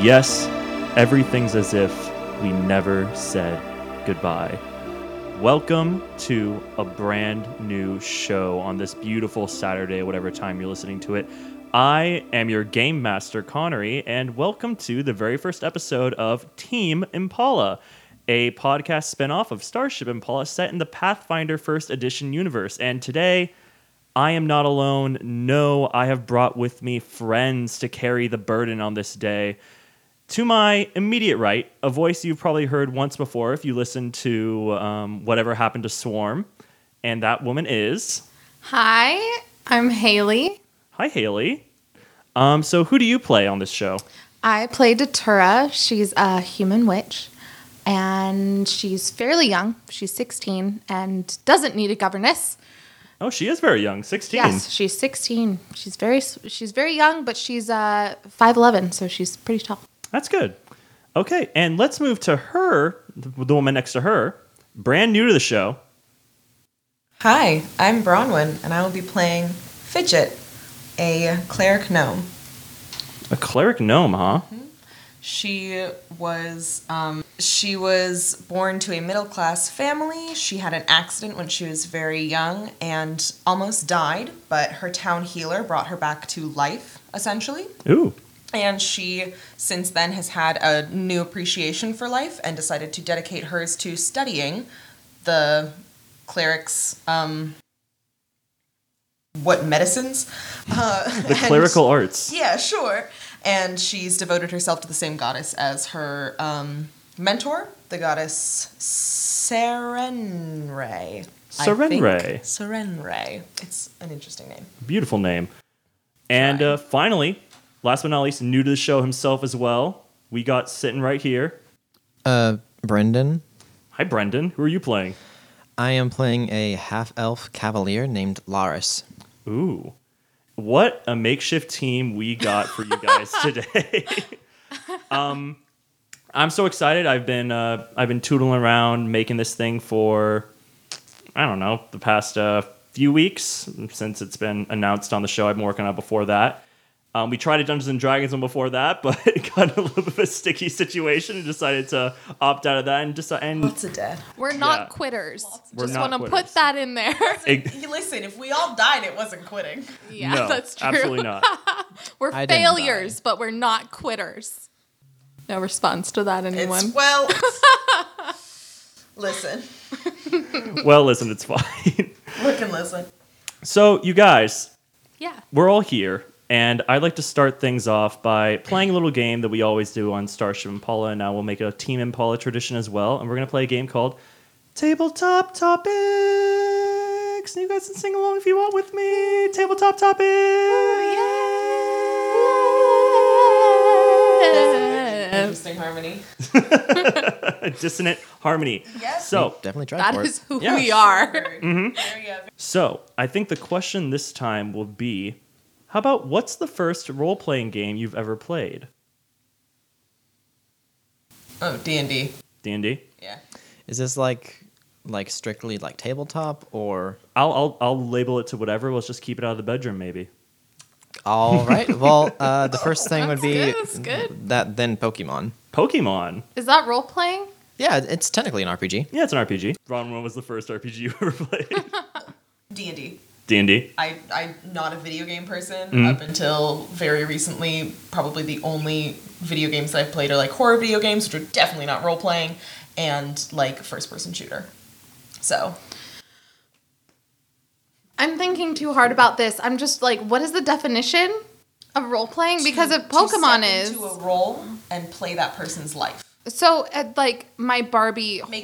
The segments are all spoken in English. Yes, everything's as if we never said goodbye. Welcome to a brand new show on this beautiful Saturday, whatever time you're listening to it. I am your game master, Connery, and welcome to the very first episode of Team Impala, a podcast spinoff of Starship Impala set in the Pathfinder First Edition universe. And today, I am not alone. No, I have brought with me friends to carry the burden on this day. To my immediate right, a voice you've probably heard once before if you listen to um, whatever happened to Swarm, and that woman is Hi, I'm Haley. Hi Haley. Um, so who do you play on this show? I play Datura. She's a human witch, and she's fairly young. She's 16 and doesn't need a governess. Oh, she is very young, sixteen. Yes, she's 16. She's very she's very young, but she's uh 5'11", so she's pretty tall. That's good. Okay, and let's move to her, the the woman next to her, brand new to the show. Hi, I'm Bronwyn, and I will be playing Fidget, a cleric gnome. A cleric gnome, huh? She was um, she was born to a middle class family. She had an accident when she was very young and almost died, but her town healer brought her back to life, essentially. Ooh. And she, since then, has had a new appreciation for life and decided to dedicate hers to studying the cleric's um, what medicines? Uh, The clerical arts. Yeah, sure. And she's devoted herself to the same goddess as her um, mentor, the goddess Serenre. I think. Serenre. Serenre. It's an interesting name. Beautiful name. And uh, finally, last but not least, new to the show himself as well. We got sitting right here. Uh, Brendan, Hi, Brendan. Who are you playing? I am playing a half elf cavalier named Laris. Ooh, what a makeshift team we got for you guys today. um, I'm so excited. I've been uh, I've been tootling around making this thing for I don't know the past uh, few weeks since it's been announced on the show. I've been working on it before that. Um, we tried a Dungeons and Dragons one before that, but it got in a little bit of a sticky situation and decided to opt out of that and just and It's a death. We're not Yeah. quitters. We're Just not want to quitters. put that in there. Listen, if we all died, it wasn't quitting. yeah, no, that's true. absolutely not. We're I didn't die. failures, but we're not quitters. No response to that anyone. It's well. listen, Well, listen, it's fine. look and listen. So, you guys, yeah. we're all here, and I'd like to start things off by playing a little game that we always do on Starship Impala, and now we'll make it a Team Impala tradition as well. And we're gonna play a game called Tabletop Topics. And you guys can sing along if you want with me. Tabletop Topics. Oh, Interesting harmony. Dissonant harmony. Yes. So Definitely try That for is it. who Yeah. we are. There you have it. So I think the question this time will be, how about what's the first role-playing game you've ever played? Oh, D and D. D and D. Yeah. Is this like like strictly like tabletop or I'll, I'll I'll label it to whatever. Let's just keep it out of the bedroom, maybe. all right? Well, uh, the first thing would That's be good, that's good. that then Pokemon. Pokemon. Is that role playing? Yeah, it's technically an RPG. Yeah, it's an RPG. Ron, when was the first RPG you ever played? D and D. D and D. I, I'm not a video game person Mm-hmm. up until very recently. Probably the only video games that I've played are like horror video games, which are definitely not role playing, and like first person shooter. So, I'm thinking too hard about this. I'm just like, what is the definition of role playing? Because to- if to step Pokemon into a is role and play that person's life, so, uh, like my Barbie make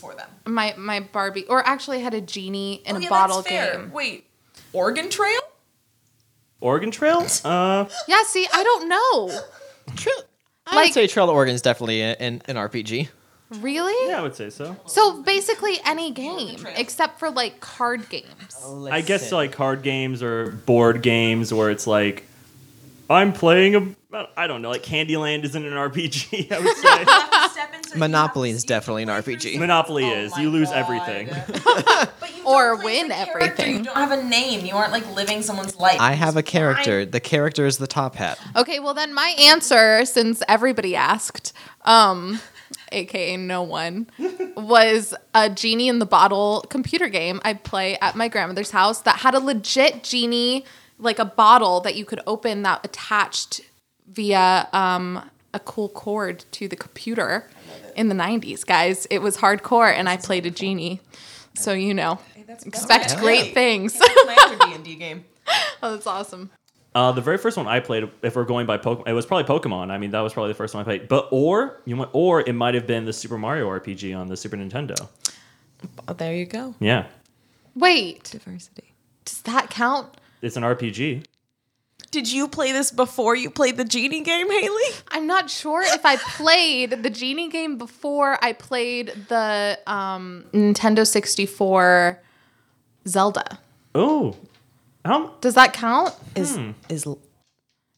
horse, for them. my my Barbie, or actually had a genie in Oh, a yeah, bottle that's fair. game. Wait, Oregon Trail? Oregon Trail. Uh, Yeah, see, I don't know. I Like- would say Trail of Oregon is definitely a- an, an RPG. Really? yeah, I would say so. So basically, any game except for like card games. I guess like card games or board games where it's like, I'm playing a But I don't know. Like Candyland isn't an RPG. I would say Step in so you Monopoly have- is definitely an RPG. Monopoly Oh is. my You lose God. everything. But you Or don't play win the character, everything. You don't have a name. You aren't like living someone's life. I have a character. The character is the top hat. Okay, well then my answer, since everybody asked, um, aka no one, was a genie in the bottle computer game I play at my grandmother's house that had a legit genie, like a bottle that you could open that attached via um, a cool cord to the computer in the 90s, guys. It was hardcore, and I played a genie. So you know, expect better. great things. My other D and D game. oh, that's awesome. Uh, the very first one I played, if we're going by Pokemon, it was probably Pokemon. I mean, that was probably the first one I played. But or you went, or it might have been the Super Mario RPG on the Super Nintendo. Oh, there you go. Yeah, Wait, Diversity. does that count? it's an RPG. Did you play this before you played the genie game, Haley? I'm not sure if I played the genie game before I played the um, Nintendo 64 Zelda. Oh, um, Does that count? Is Hmm. is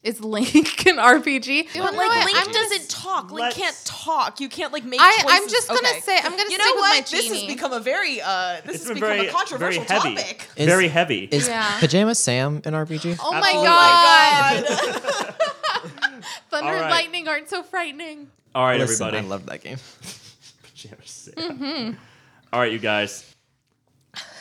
Is Link an RPG? Oh but like No, Link I'm just- doesn't talk. Link Let's- can't talk. You can't like make I- choices. I'm just gonna Okay. say- I'm gonna You stick know with what? my This has genie. become a very uh. This it's has been become very, a controversial very heavy. topic. Is- very heavy. Is Yeah. Pajama Sam an RPG? Oh my Absolutely. god! Thunder All and right. lightning aren't so frightening. All right, Listen, everybody. I love that game. Jam Sam. Mm-hmm. All right, you guys.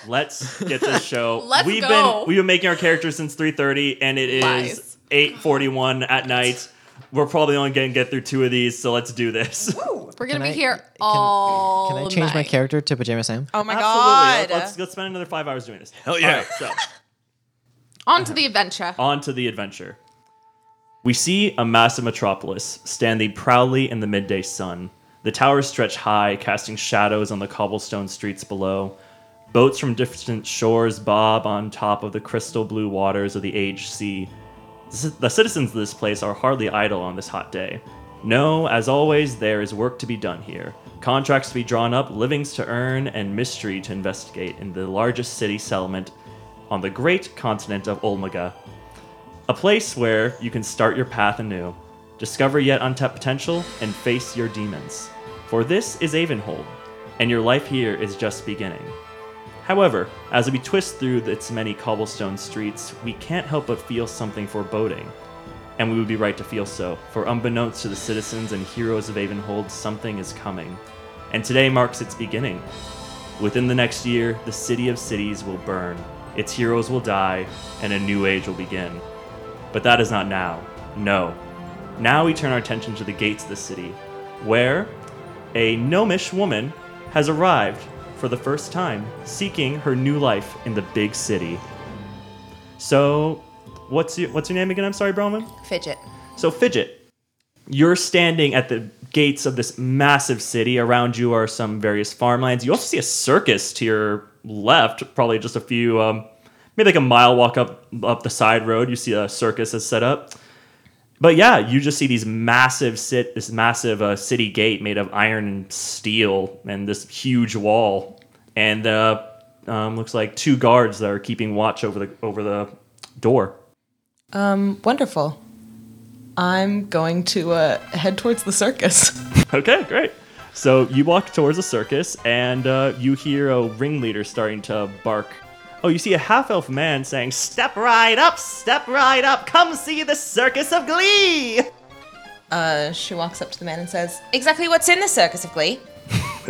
Let's get this show. Let's we've go. been we've been making our characters since 3:30 and it is Lies. 8:41 at night. We're probably only going to get through two of these, so let's do this. Ooh. We're gonna be Can I- here can- all Can I change my night. character to Pajama Sam? Oh my Absolutely. god. Let's, let's spend another 5 hours doing this. Hell yeah. All right, so, On to the adventure. on to the adventure. We see a massive metropolis standing proudly in the midday sun. The towers stretch high, casting shadows on the cobblestone streets below. Boats from distant shores bob on top of the crystal blue waters of the aged sea. C- The citizens of this place are hardly idle on this hot day. No, as always, there is work to be done here contracts to be drawn up, livings to earn, and mystery to investigate in the largest city settlement on the great continent of Olmega. A place where you can start your path anew, discover yet untapped potential, and face your demons. For this is Avonhold, and your life here is just beginning. However, as we twist through its many cobblestone streets, we can't help but feel something foreboding. And we would be right to feel so, for unbeknownst to the citizens and heroes of Avonhold, something is coming. And today marks its beginning. Within the next year, the city of cities will burn, its heroes will die, and a new age will begin. But that is not now. No. Now we turn our attention to the gates of the city, where a gnomish woman has arrived for the first time, seeking her new life in the big city. So, what's your, what's your name again? I'm sorry, Broman. Fidget. So, Fidget, you're standing at the gates of this massive city. Around you are some various farmlands. You also see a circus to your left, probably just a few, um, maybe like a mile walk up up the side road. You see a circus is set up. But yeah, you just see these massive sit this massive uh, city gate made of iron and steel, and this huge wall, and uh, um, looks like two guards that are keeping watch over the over the door. Um, wonderful. I'm going to uh, head towards the circus. Okay, great. So you walk towards the circus, and uh, you hear a ringleader starting to bark. Oh, you see a half elf man saying, Step right up, step right up, come see the circus of glee! Uh, she walks up to the man and says, "Exactly what's in the circus of glee?"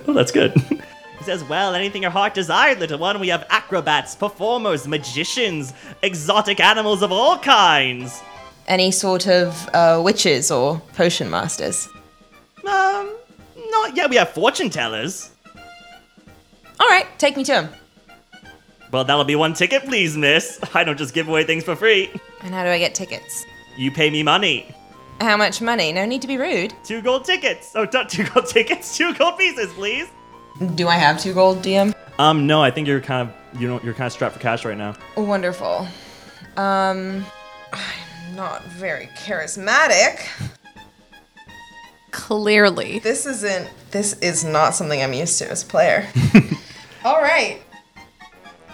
Oh, that's good. He says, Well, anything your heart desires, little one. We have acrobats, performers, magicians, exotic animals of all kinds. Any sort of uh, witches or potion masters? Um, not yet. We have fortune tellers. All right, take me to him. Well, that'll be one ticket, please, miss. I don't just give away things for free. And how do I get tickets? You pay me money. How much money? No need to be rude. Two gold tickets. Oh, not two gold tickets. Two gold pieces, please. Do I have two gold, DM? Um, no, I think you're kind of you know you're kind of strapped for cash right now. Wonderful. Um, I'm not very charismatic. Clearly. This isn't. This is not something I'm used to as a player. All right.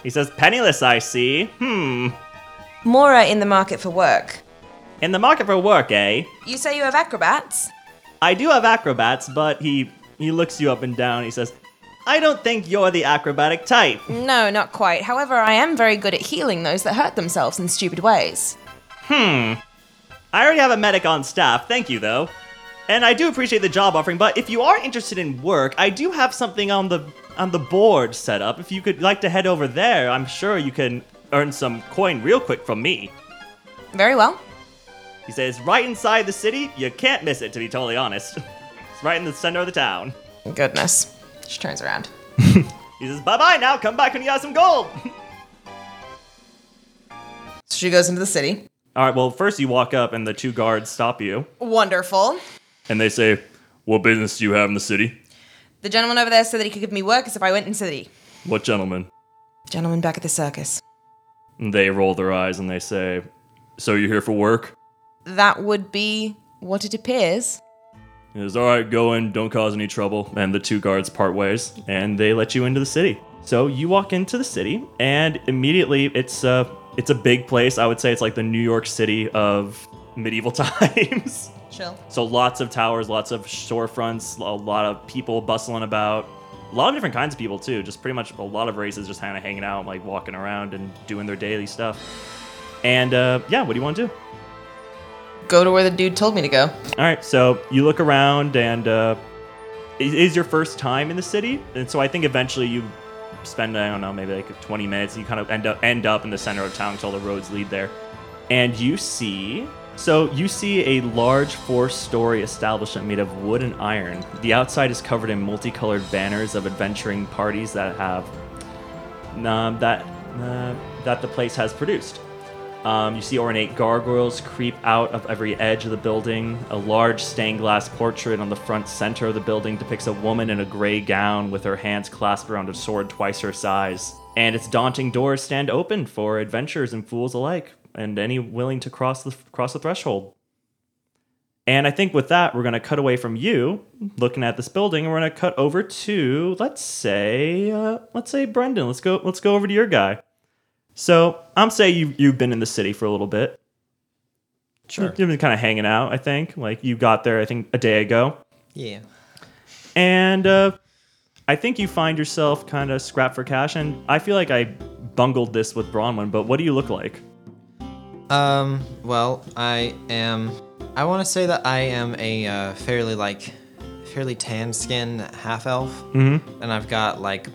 He says, "Penniless, I see." Hmm. Mora in the market for work. In the market for work, eh? You say you have acrobats? I do have acrobats, but he he looks you up and down. He says, "I don't think you're the acrobatic type." No, not quite. However, I am very good at healing those that hurt themselves in stupid ways. I already have a medic on staff. Thank you, though. And I do appreciate the job offering, but if you are interested in work, I do have something on the on the board set up. If you could like to head over there, I'm sure you can earn some coin real quick from me. Very well. He says, right inside the city, you can't miss it, to be totally honest. It's right in the center of the town. Goodness. She turns around. He says, bye bye now, come back when you have some gold. So she goes into the city. All right, well, first you walk up and the two guards stop you. Wonderful. And they say, What business do you have in the city? The gentleman over there said that he could give me work as if I went into the city. What gentleman? Gentleman back at the circus. And they roll their eyes and they say, So you're here for work? That would be what it appears. He says, All right, go in, don't cause any trouble. And the two guards part ways and they let you into the city. So you walk into the city and immediately it's uh it's a big place. I would say it's like the New York City of medieval times. Chill. So lots of towers, lots of storefronts, a lot of people bustling about, a lot of different kinds of people too. Just pretty much a lot of races just kind of hanging out, like walking around and doing their daily stuff. And uh, yeah, what do you want to do? Go to where the dude told me to go. All right, so you look around, and uh, it is your first time in the city, and so I think eventually you spend I don't know maybe like 20 minutes. You kind of end up end up in the center of town because all the roads lead there, and you see. So you see a large four-story establishment made of wood and iron. The outside is covered in multicolored banners of adventuring parties that have um, that uh, that the place has produced. Um, you see ornate gargoyles creep out of every edge of the building. A large stained glass portrait on the front center of the building depicts a woman in a gray gown with her hands clasped around a sword twice her size. And its daunting doors stand open for adventurers and fools alike, and any willing to cross the cross the threshold. And I think with that, we're going to cut away from you looking at this building, and we're going to cut over to let's say uh, let's say Brendan. Let's go let's go over to your guy. So I'm saying you you've been in the city for a little bit. Sure. You've been kind of hanging out. I think like you got there. I think a day ago, Yeah. and uh, I think you find yourself kind of scrap for cash. And I feel like I bungled this with Bronwyn, but what do you look like? Um. Well, I am. I want to say that I am a uh, fairly like, fairly tan skinned half elf, mm-hmm. and I've got like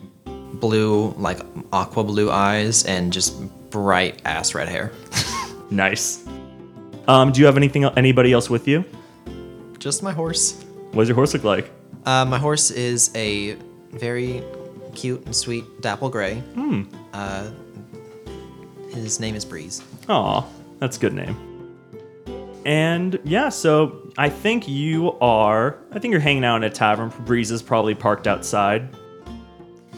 blue, like aqua blue eyes, and just bright ass red hair. Nice. Um, do you have anything anybody else with you? Just my horse. What does your horse look like? Uh, my horse is a very cute and sweet dapple gray. Hmm. Uh, his name is Breeze. Aw, that's a good name. And yeah, so I think you are. I think you're hanging out in a tavern. Breeze is probably parked outside.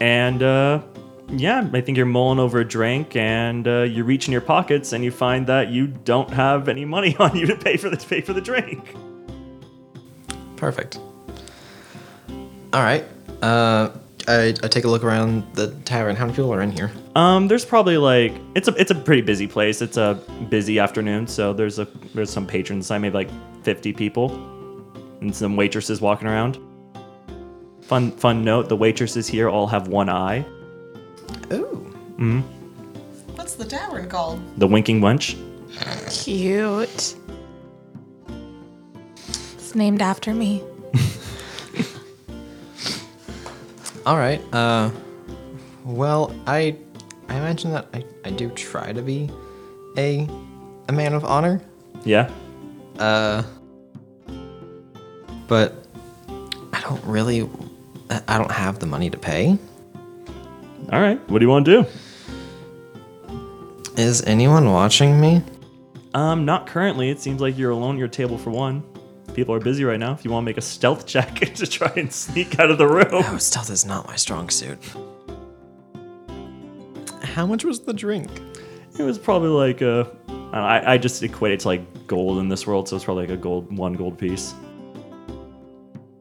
And uh, yeah, I think you're mulling over a drink, and uh, you reach in your pockets, and you find that you don't have any money on you to pay for the to pay for the drink. Perfect. All right. Uh, I, I take a look around the tavern. How many people are in here? Um, there's probably like it's a it's a pretty busy place. It's a busy afternoon, so there's a there's some patrons. I maybe like 50 people, and some waitresses walking around. Fun fun note: the waitresses here all have one eye. Ooh. What's the tavern called? The winking wench. Cute. It's named after me. All right. Uh, well, I I mentioned that I, I do try to be a a man of honor. Yeah. Uh, but I don't really I I don't have the money to pay. All right. What do you want to do? Is anyone watching me? Um, not currently. It seems like you're alone at your table for one. People are busy right now. If you want to make a stealth check to try and sneak out of the room, Oh, stealth is not my strong suit. How much was the drink? it was probably like a. I, I just equate it to like gold in this world, so it's probably like a gold one gold piece.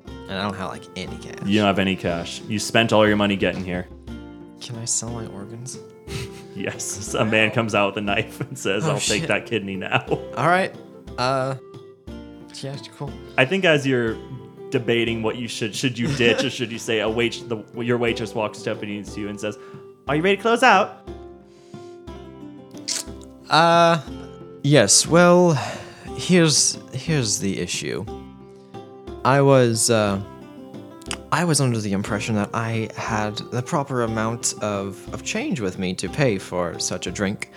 And I don't have like any cash. You don't have any cash. You spent all your money getting here. Can I sell my organs? Yes. A man comes out with a knife and says, Oh, I'll take shit. that kidney now. All right. Uh, yeah, cool. I think as you're debating what you should should you ditch or should you say a wait the your waitress walks up and to you and says, "Are you ready to close out?" Uh, yes. Well, here's here's the issue. I was uh, I was under the impression that I had the proper amount of of change with me to pay for such a drink,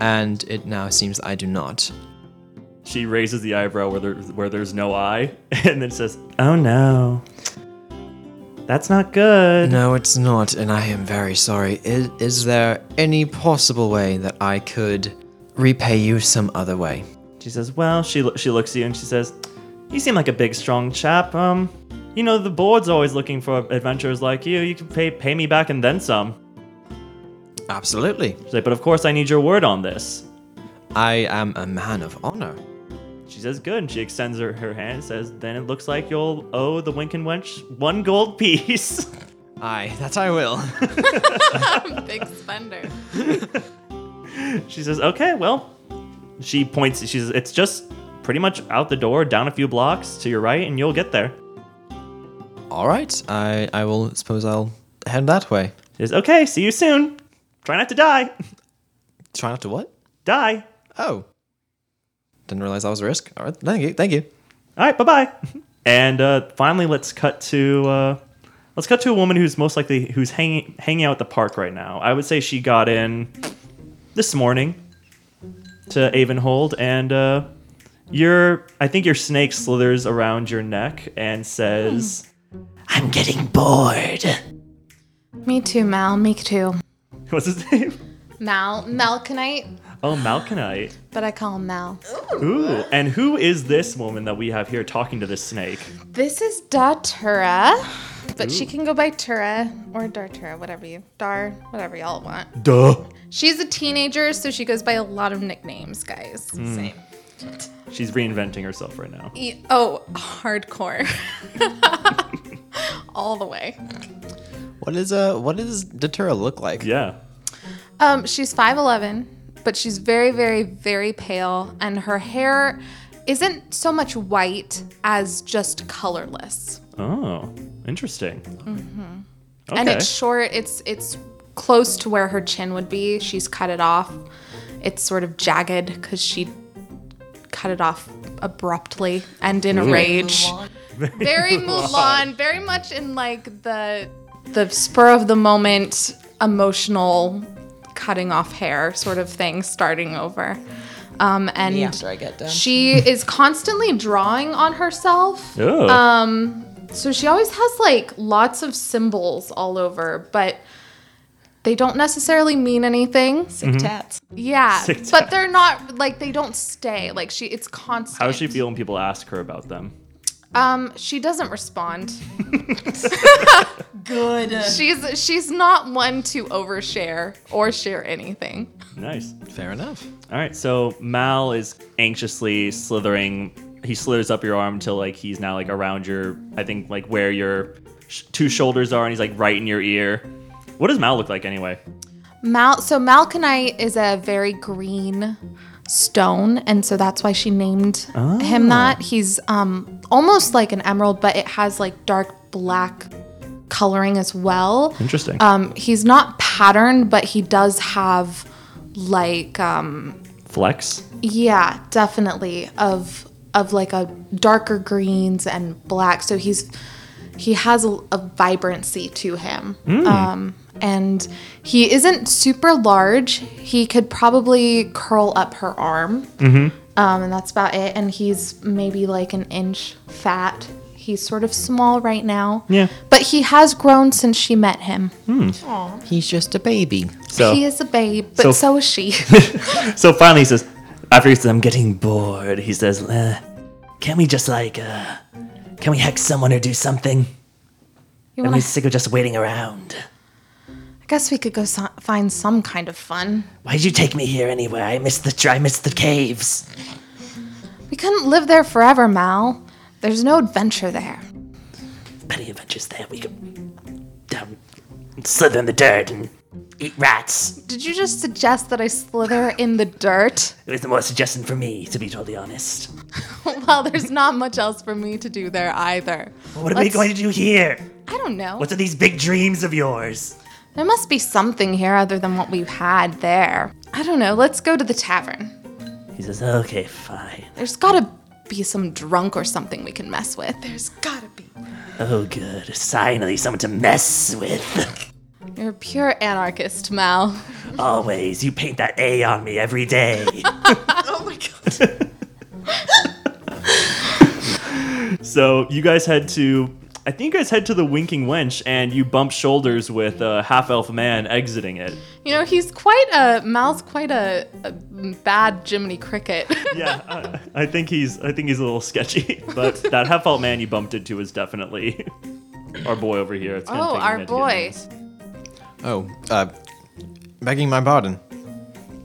and it now seems I do not. She raises the eyebrow where there where there's no eye and then says, "Oh no. That's not good." No, it's not, and I am very sorry. Is, is there any possible way that I could repay you some other way? She says, "Well," she lo- she looks at you and she says, "You seem like a big, strong chap. Um, you know the board's always looking for adventurers like you. You can pay pay me back and then some." Absolutely. She's like, "But of course, I need your word on this." I am a man of honor. She says, "Good." And she extends her, her hand and says, "Then it looks like you'll owe the Winkin Wench one gold piece." Aye, that I will. Big spender. she says, "Okay, well." She points. She says, "It's just pretty much out the door, down a few blocks to your right, and you'll get there." All right, I, I will suppose I'll head that way. She says, "Okay, see you soon. Try not to die. Try not to what? die. Oh. Didn't realize that was a risk. All right, thank you, thank you. All right, bye bye. And uh, finally, let's cut to uh, let's cut to a woman who's most likely who's hanging hanging out at the park right now. I would say she got in this morning to Avonhold, and uh, your I think your snake slithers around your neck and says, "I'm getting bored." Me too, Mal. Me too. What's his name? Mal. Malconite, Oh, Malconite. but I call him Mal. Ooh, and who is this woman that we have here talking to this snake? This is Datura, but she can go by Tura or Dartura, whatever you Dar, whatever y'all want. Duh. She's a teenager, so she goes by a lot of nicknames, guys. Same. She's reinventing herself right now. E- oh, hardcore. All the way. What is uh what does Datura look like? Yeah. Um, she's 5'11, but she's very, very, very pale, and her hair isn't so much white as just colorless. Oh, interesting. Okay. Mm-hmm. And it's short, it's it's close to where her chin would be. She's cut it off. It's sort of jagged because she cut it off abruptly and in a rage. Mulan. Mm-hmm. Very Mulan, very much in like the the spur of the moment emotional cutting off hair sort of thing starting over. Um, and Yeah, after I get done. she is constantly drawing on herself. oh. Um, So she always has like lots of symbols all over, but they don't necessarily mean anything. Mm-hmm. Sick tats. Yeah, Sick but they're not like they don't stay. Like she, it's constant. How does she feel when people ask her about them? Um, she doesn't respond. Good. She's she's not one to overshare or share anything. Nice. Fair enough. All right, so Mal is anxiously slithering. He slithers up your arm until like he's now like around your, I think like where your sh- two shoulders are, and he's like right in your ear. What does Mal look like anyway? Mal, so malconite is a very green stone, and so that's why she named him Ah. that. He's um almost like an emerald, but it has like dark black coloring as well. Interesting. Um, he's not patterned, but he does have like um, Flex. yeah, definitely of of like a darker greens and black. So he's he has a, a vibrancy to him. Um, and he isn't super large. He could probably curl up her arm. Um, and that's about it. And he's maybe like an inch fat. He's sort of small right now. Yeah. But he has grown since she met him. He's just a baby. So He is a babe, but so- so, is she. so finally he says, after he says I'm getting bored, he says, eh, "Can we just like, uh, can we hex someone or do something? You wanna, sick of just waiting around." I guess we could go so- find some kind of fun. Why'd you take me here anyway? I miss the I miss the caves. We couldn't live there forever, Mal. There's no adventure there. Petty adventures there. We could um, slither in the dirt and eat rats. Did you just suggest that I slither in the dirt? It was the more suggestion for me, to be totally honest. well, there's not much else for me to do there either. What are we Let's- going to do here? I don't know. What are these big dreams of yours? There must be something here other than what we had there. I don't know. Let's go to the tavern. He says, okay, fine. There's gotta be some drunk or something we can mess with. There's gotta be. Oh, good. Finally, someone to mess with. You're a pure anarchist, Mal. Always. You paint that A on me every day. So you guys head to, I think you guys head to the Winking Wench, and you bump shoulders with a half elf man exiting it. You know, he's quite a Mal's quite a, a bad Jiminy Cricket. Yeah, uh, I think he's, I think he's a little sketchy, but that half elf man you bumped into is definitely our boy over here. It's gonna Oh, take a our minute to get boy. names. Oh, uh, begging my pardon.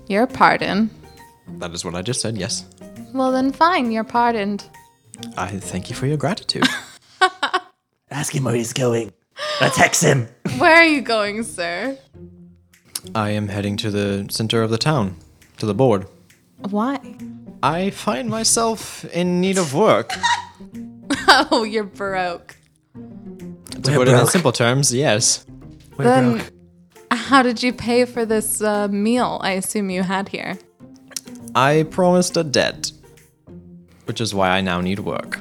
your pardon. That is what I just said, yes. Well then, fine. You're pardoned. I thank you for your gratitude. Ask him where he's going. Let's hex him. Where are you going, sir? I am heading to the center of the town, to the board. Why? I find myself in need of work. Oh, you're broke. to put it in broke. simple terms, yes. We're Then- broke. How did you pay for this uh, meal? I assume you had here. I promised a debt, which is why I now need work.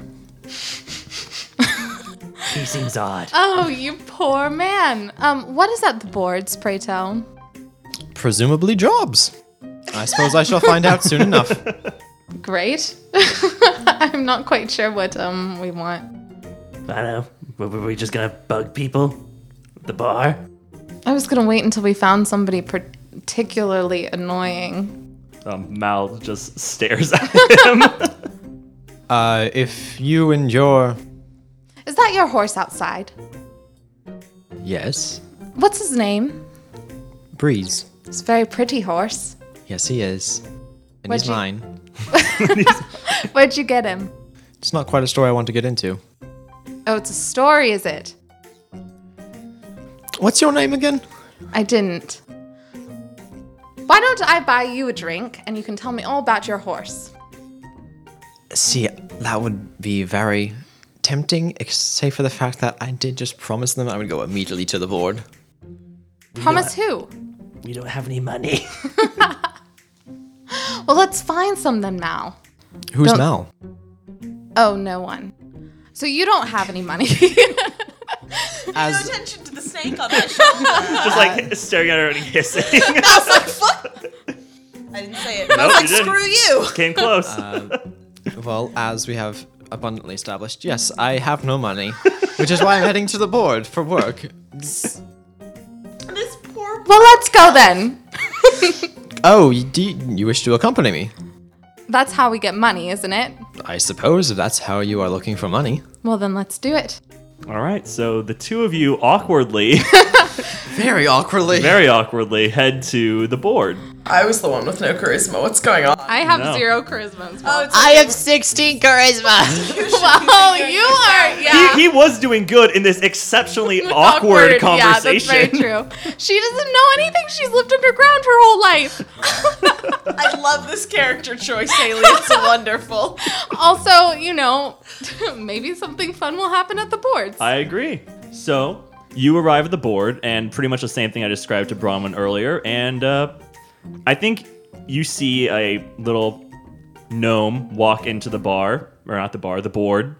He seems odd. Oh, you poor man. Um, what is at the boards, pray tell? Presumably jobs. I suppose I shall find out soon enough. Great. I'm not quite sure what um we want. I don't know. Were, were we just gonna bug people? The bar? I was gonna wait until we found somebody particularly annoying. Um, Mal just stares at him. Uh, if you and your Is that your horse outside? yes, What's his name? Breeze. It's a very pretty horse. Yes, he is, and What'd he's you- mine. Where'd you get him? It's not quite a story I want to get into. Oh, it's a story, is it? What's your name again? I didn't. Why don't I buy you a drink and you can tell me all about your horse? See, that would be very tempting, except for the fact that I did just promise them I would go immediately to the board. Promise who? We don't have any money. Well, let's find some then, Mal. Who's Don't- Mal? Oh, no one. So you don't have any money. As attention to the snake on that shoulder. just like staring at her and hissing. I didn't say it. I was you like, didn't. screw you. Came close. well as we have abundantly established, yes, I have no money, which is why I'm heading to the board for work. This poor. well, let's go then. Oh, you, do you, you wish to accompany me? That's how we get money, isn't it? I suppose if that's how you are looking for money. Well, then let's do it. All right, so the two of you awkwardly, Very awkwardly. very awkwardly, head to the board. I was the one with no charisma. What's going on? I have No. zero charisma as well. I have 16 charisma. Oh, well, Oh, you are, yeah. He, he was doing good in this exceptionally awkward, conversation. Yeah, that's very true. She doesn't know anything. She's lived underground her whole life. I love this character choice, Haley. It's wonderful. Also, you know, maybe something fun will happen at the boards. I agree. So you arrive at the board, and pretty much the same thing I described to Bronwyn earlier. And uh, I think you see a little gnome walk into the bar, or not the bar, the board,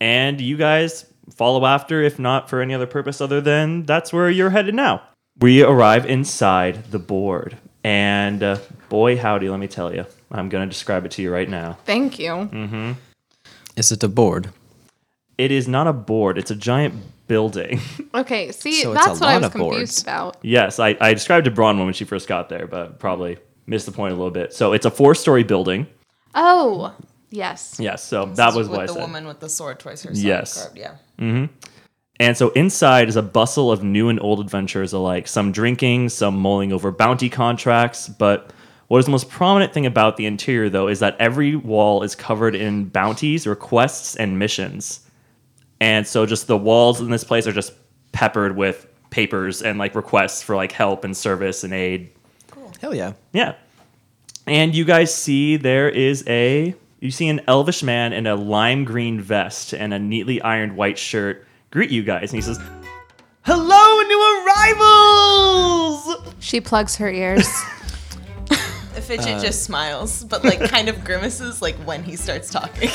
and you guys follow after, if not for any other purpose other than that's where you're headed now. We arrive inside the board, and uh, boy, howdy, let me tell you. I'm going to describe it to you right now. Thank you. Mm. Is it a board? It is not a board, it's a giant building. Okay, see, So it's that's a what I lot was of boards. confused about. Yes, I, I described to Bronwyn when she first got there, but probably missed the point a little bit. So it's a four story building. Oh, yes. Yes, so that was with what I the said. woman with the sword twice her son Yes. carved, yeah. And so inside is a bustle of new and old adventures alike, some drinking, some mulling over bounty contracts. But what is the most prominent thing about the interior, though, is that every wall is covered in bounties, requests, and missions. And so just the walls in this place are just peppered with papers and like requests for like help and service and aid Hell yeah. Yeah. And you guys see there is a You see an elvish man in a lime green vest and a neatly ironed white shirt greet you guys, and he says, "Hello, new arrivals!" She plugs her ears. Uh, Fidget just smiles, but like kind of grimaces like when he starts talking.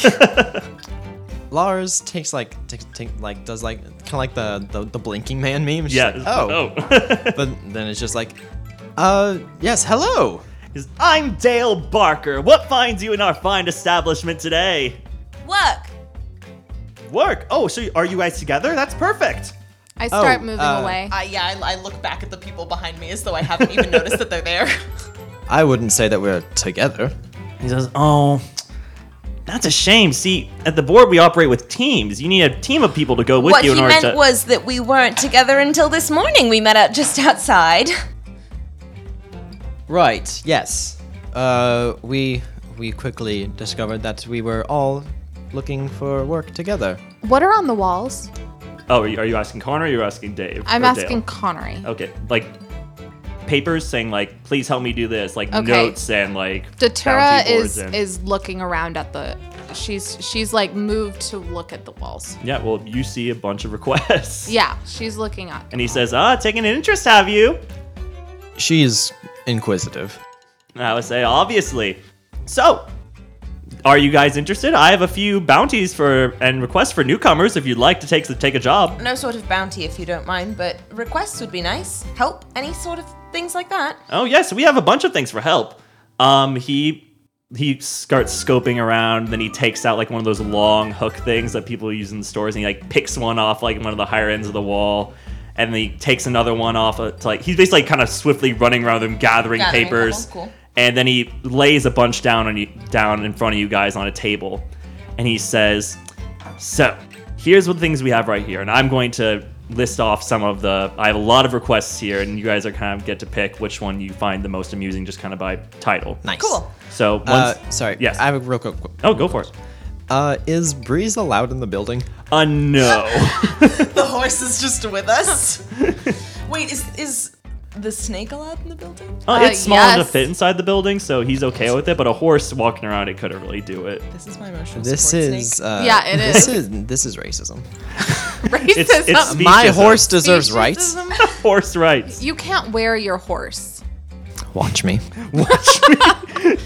Lars takes like takes take, like does like kind of like the, the the blinking man meme. and she's Yeah. like, oh. oh. But then it's just like, uh, yes, hello. He says, I'm Dale Barker. What finds you in our fine establishment today? Look, Work. Oh, so are you guys together? That's perfect. I start Oh, moving uh, away. I, yeah, I, I look back at the people behind me as though I haven't even noticed that they're there. I wouldn't say that we're together. He says, Oh, that's a shame. See, at the board, we operate with teams. You need a team of people to go with What you he in order meant to. was that we weren't together until this morning. We met out just outside. Right. Yes. Uh, we we quickly discovered that we were all looking for work together. What are on the walls? oh, are you, are you asking Connor or are you asking Dave? I'm Or Dale? asking Connery. Oh, Okay. Like papers saying, like, please help me do this. Like Okay. notes and, like, Datura bounty boards is and- is looking around at the. She's she's like moved to look at the walls. Yeah, well, you see a bunch of requests. Yeah, she's looking at. And he says, Ah, taking an interest, have you? She's inquisitive. And I would say, obviously. So, are you guys interested? I have a few bounties for and requests for newcomers if you'd like to take take a job. No sort of bounty, if you don't mind, but requests would be nice. Help, any sort of things like that. Oh yes, we have a bunch of things for help. Um, he he starts scoping around, then he takes out like one of those long hook things that people use in the stores, and he like picks one off like one of the higher ends of the wall, and then he takes another one off. uh, To, like he's basically kind of swiftly running around them, gathering, Gathering papers, them, cool. and then he lays a bunch down on you down in front of you guys on a table, and he says, "So here's what the things we have right here, and I'm going to list off some of the. I have a lot of requests here, and you guys are kind of get to pick which one you find the most amusing, just kind of by title. Nice. Cool. So once, Uh, sorry. yes. I have a real quick. oh, go for it. Uh, is Breeze allowed in the building? Uh, no. The horse is just with us. Wait, is is the snake allowed in the building? Uh, it's Uh, small enough yes. to fit inside the building, so he's okay with it. But a horse walking around, it couldn't really do it. This is my emotional This support is. snake. Uh, Yeah, it this is. This is racism. Racism. It's, it's speciesism. My horse deserves rights. Horse rights. You can't wear your horse. Watch me. Watch me.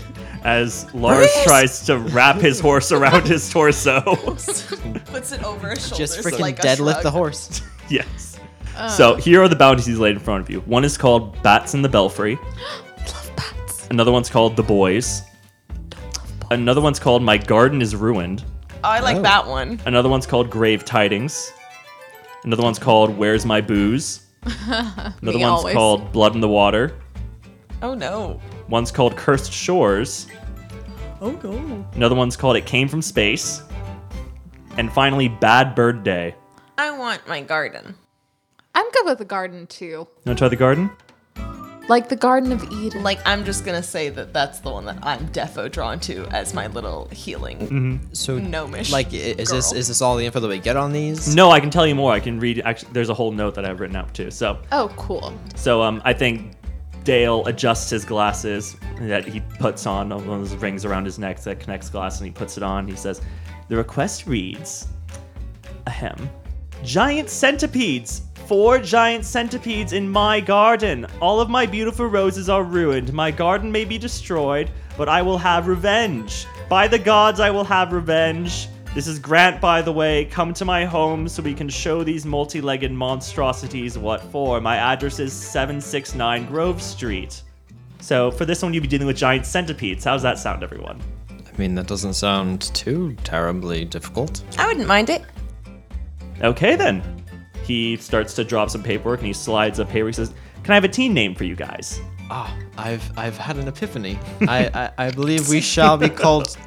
As Lars tries to wrap his horse around his torso. puts it over his shoulders. Just freaking like a deadlift shrug. the horse. yes. Oh. So here are the bounties he's laid in front of you. One is called Bats in the Belfry. Love bats. Another one's called The Boys. Another one's called My Garden is Ruined. Oh, I like Oh. that one. Another one's called Grave Tidings. Another one's called Where's My Booze? Another Me one's always. called Blood in the Water. Oh no. One's called Cursed Shores. Oh no. Another one's called It Came from Space. And finally, Bad Bird Day. I want my garden. I'm good with the garden too, You want to try the garden? like the Garden of Eden. Like I'm just gonna say that that's the one that I'm defo drawn to as my little healing. Mm-hmm. So Gnomish Like, i- is this girl. is this all the info that we get on these? No, I can tell you more. I can read. Actually, there's a whole note that I've written out too. So, Oh, cool. so um, I think Dale adjusts his glasses that he puts on one of those rings around his neck that connects glass, and he puts it on. He says, "The request reads, ahem, giant centipedes." Four giant centipedes in my garden. All of my beautiful roses are ruined. My garden may be destroyed, but I will have revenge. By the gods, I will have revenge. This is Grant, by the way. Come to my home so we can show these multi legged monstrosities what for. My address is 769 Grove Street. So, for this one, you'll be dealing with giant centipedes. How's that sound, everyone? I mean, that doesn't sound too terribly difficult. I wouldn't mind it. Okay, then. He starts to drop some paperwork and he slides a paper. He says, Can I have a team name for you guys? Ah, I've I've had an epiphany. I, I I believe we shall be called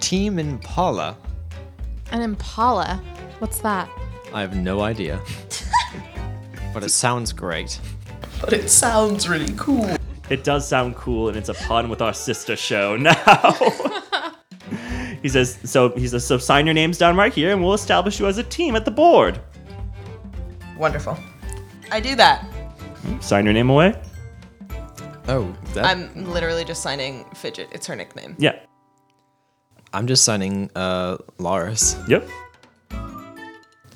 Team Impala. An impala. What's that? I have no idea, but it sounds great. But it sounds really cool. It does sound cool, and it's a pun with our sister show now. he says, so he says, so sign your names down right here, and we'll establish you as a team at the board. Wonderful. I do that. Sign your name away. Oh, that, I'm literally just signing Fidget. It's her nickname. Yeah. I'm just signing uh, Lars. Yep.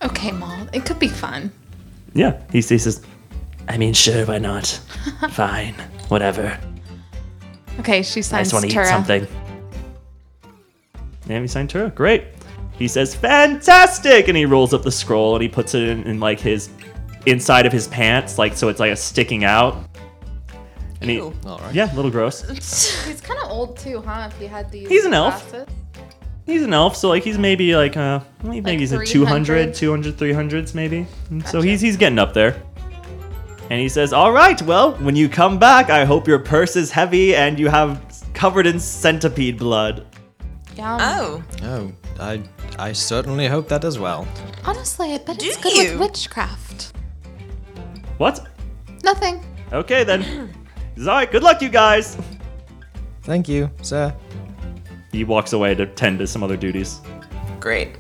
Okay, Maul. It could be fun. Yeah. He, he says, I mean, sure, why not? Fine, whatever. Okay, she I signs just want to eat Tura. something. Yeah, he signed Tura. Great. He says, fantastic! And he rolls up the scroll and he puts it in, in like his inside of his pants, like so it's like a sticking out. And he, Ew. All right. yeah, a little gross. He's kind of old too, huh? If he had these. He's an elf. He's an elf, so like he's maybe like uh maybe he's a 200, 300? 200, 300s maybe. And So he's he's getting up there. And he says, "All right, well, when you come back, I hope your purse is heavy and you have covered in centipede blood." Yum. Oh, Oh, I I certainly hope that as well. Honestly, I bet it's Do good you? with witchcraft. What? Nothing. Okay then. He says, "All right, good luck, you guys." Thank you, sir. He walks away to tend to some other duties. great.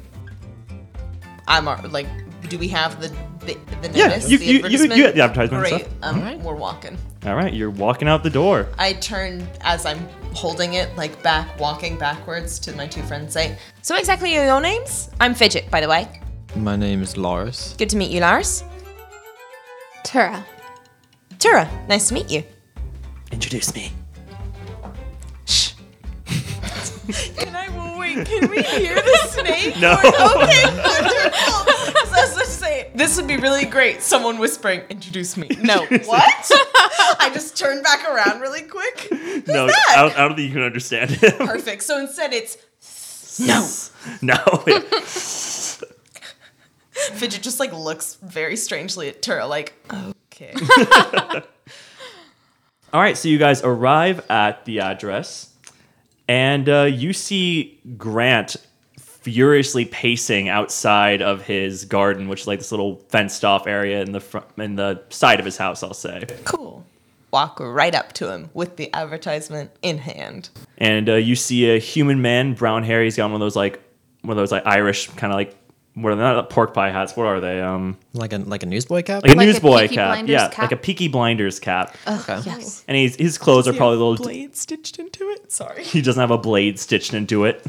I'm al- like, do we have the the, the Yeah, notice? you- the you- you- you advertisement? get the advertisement and Great. stuff. Um, We're walking. All right, you're walking out the door. I turn as I'm holding it, like back, walking backwards to my two friends. Say, So exactly are your names? I'm Fidget, by the way. My name is Lars. Good to meet you, Lars. Tura. Tura, nice to meet you. Introduce me. Can I well, wait? Can we hear the snake? No. Okay, wonderful. 'Cause I was gonna say, this would be really great. Someone whispering, "Introduce me." No, what? I just turned back around really quick. Who's no, that? I don't, I don't think you can understand him. Perfect. So instead, it's no. Fidget just like looks very strangely at Tura, like, okay. All right, so you guys arrive at the address, and uh, you see Grant furiously pacing outside of his garden, which is like this little fenced off area in the front, in the side of his house, I'll say. cool. Walk right up to him with the advertisement in hand. And uh, you see a human man, brown hair. He's got one of those like one of those like Irish kind of like what are they, not pork pie hats? What are they? Um, Like a like a newsboy cap. like a Like a newsboy Peaky cap, Blinders yeah, cap? Oh, like a Peaky Blinders cap. okay. Yes. and he's, his clothes are probably a little blade stitched into it. Sorry. he doesn't have a blade stitched into it.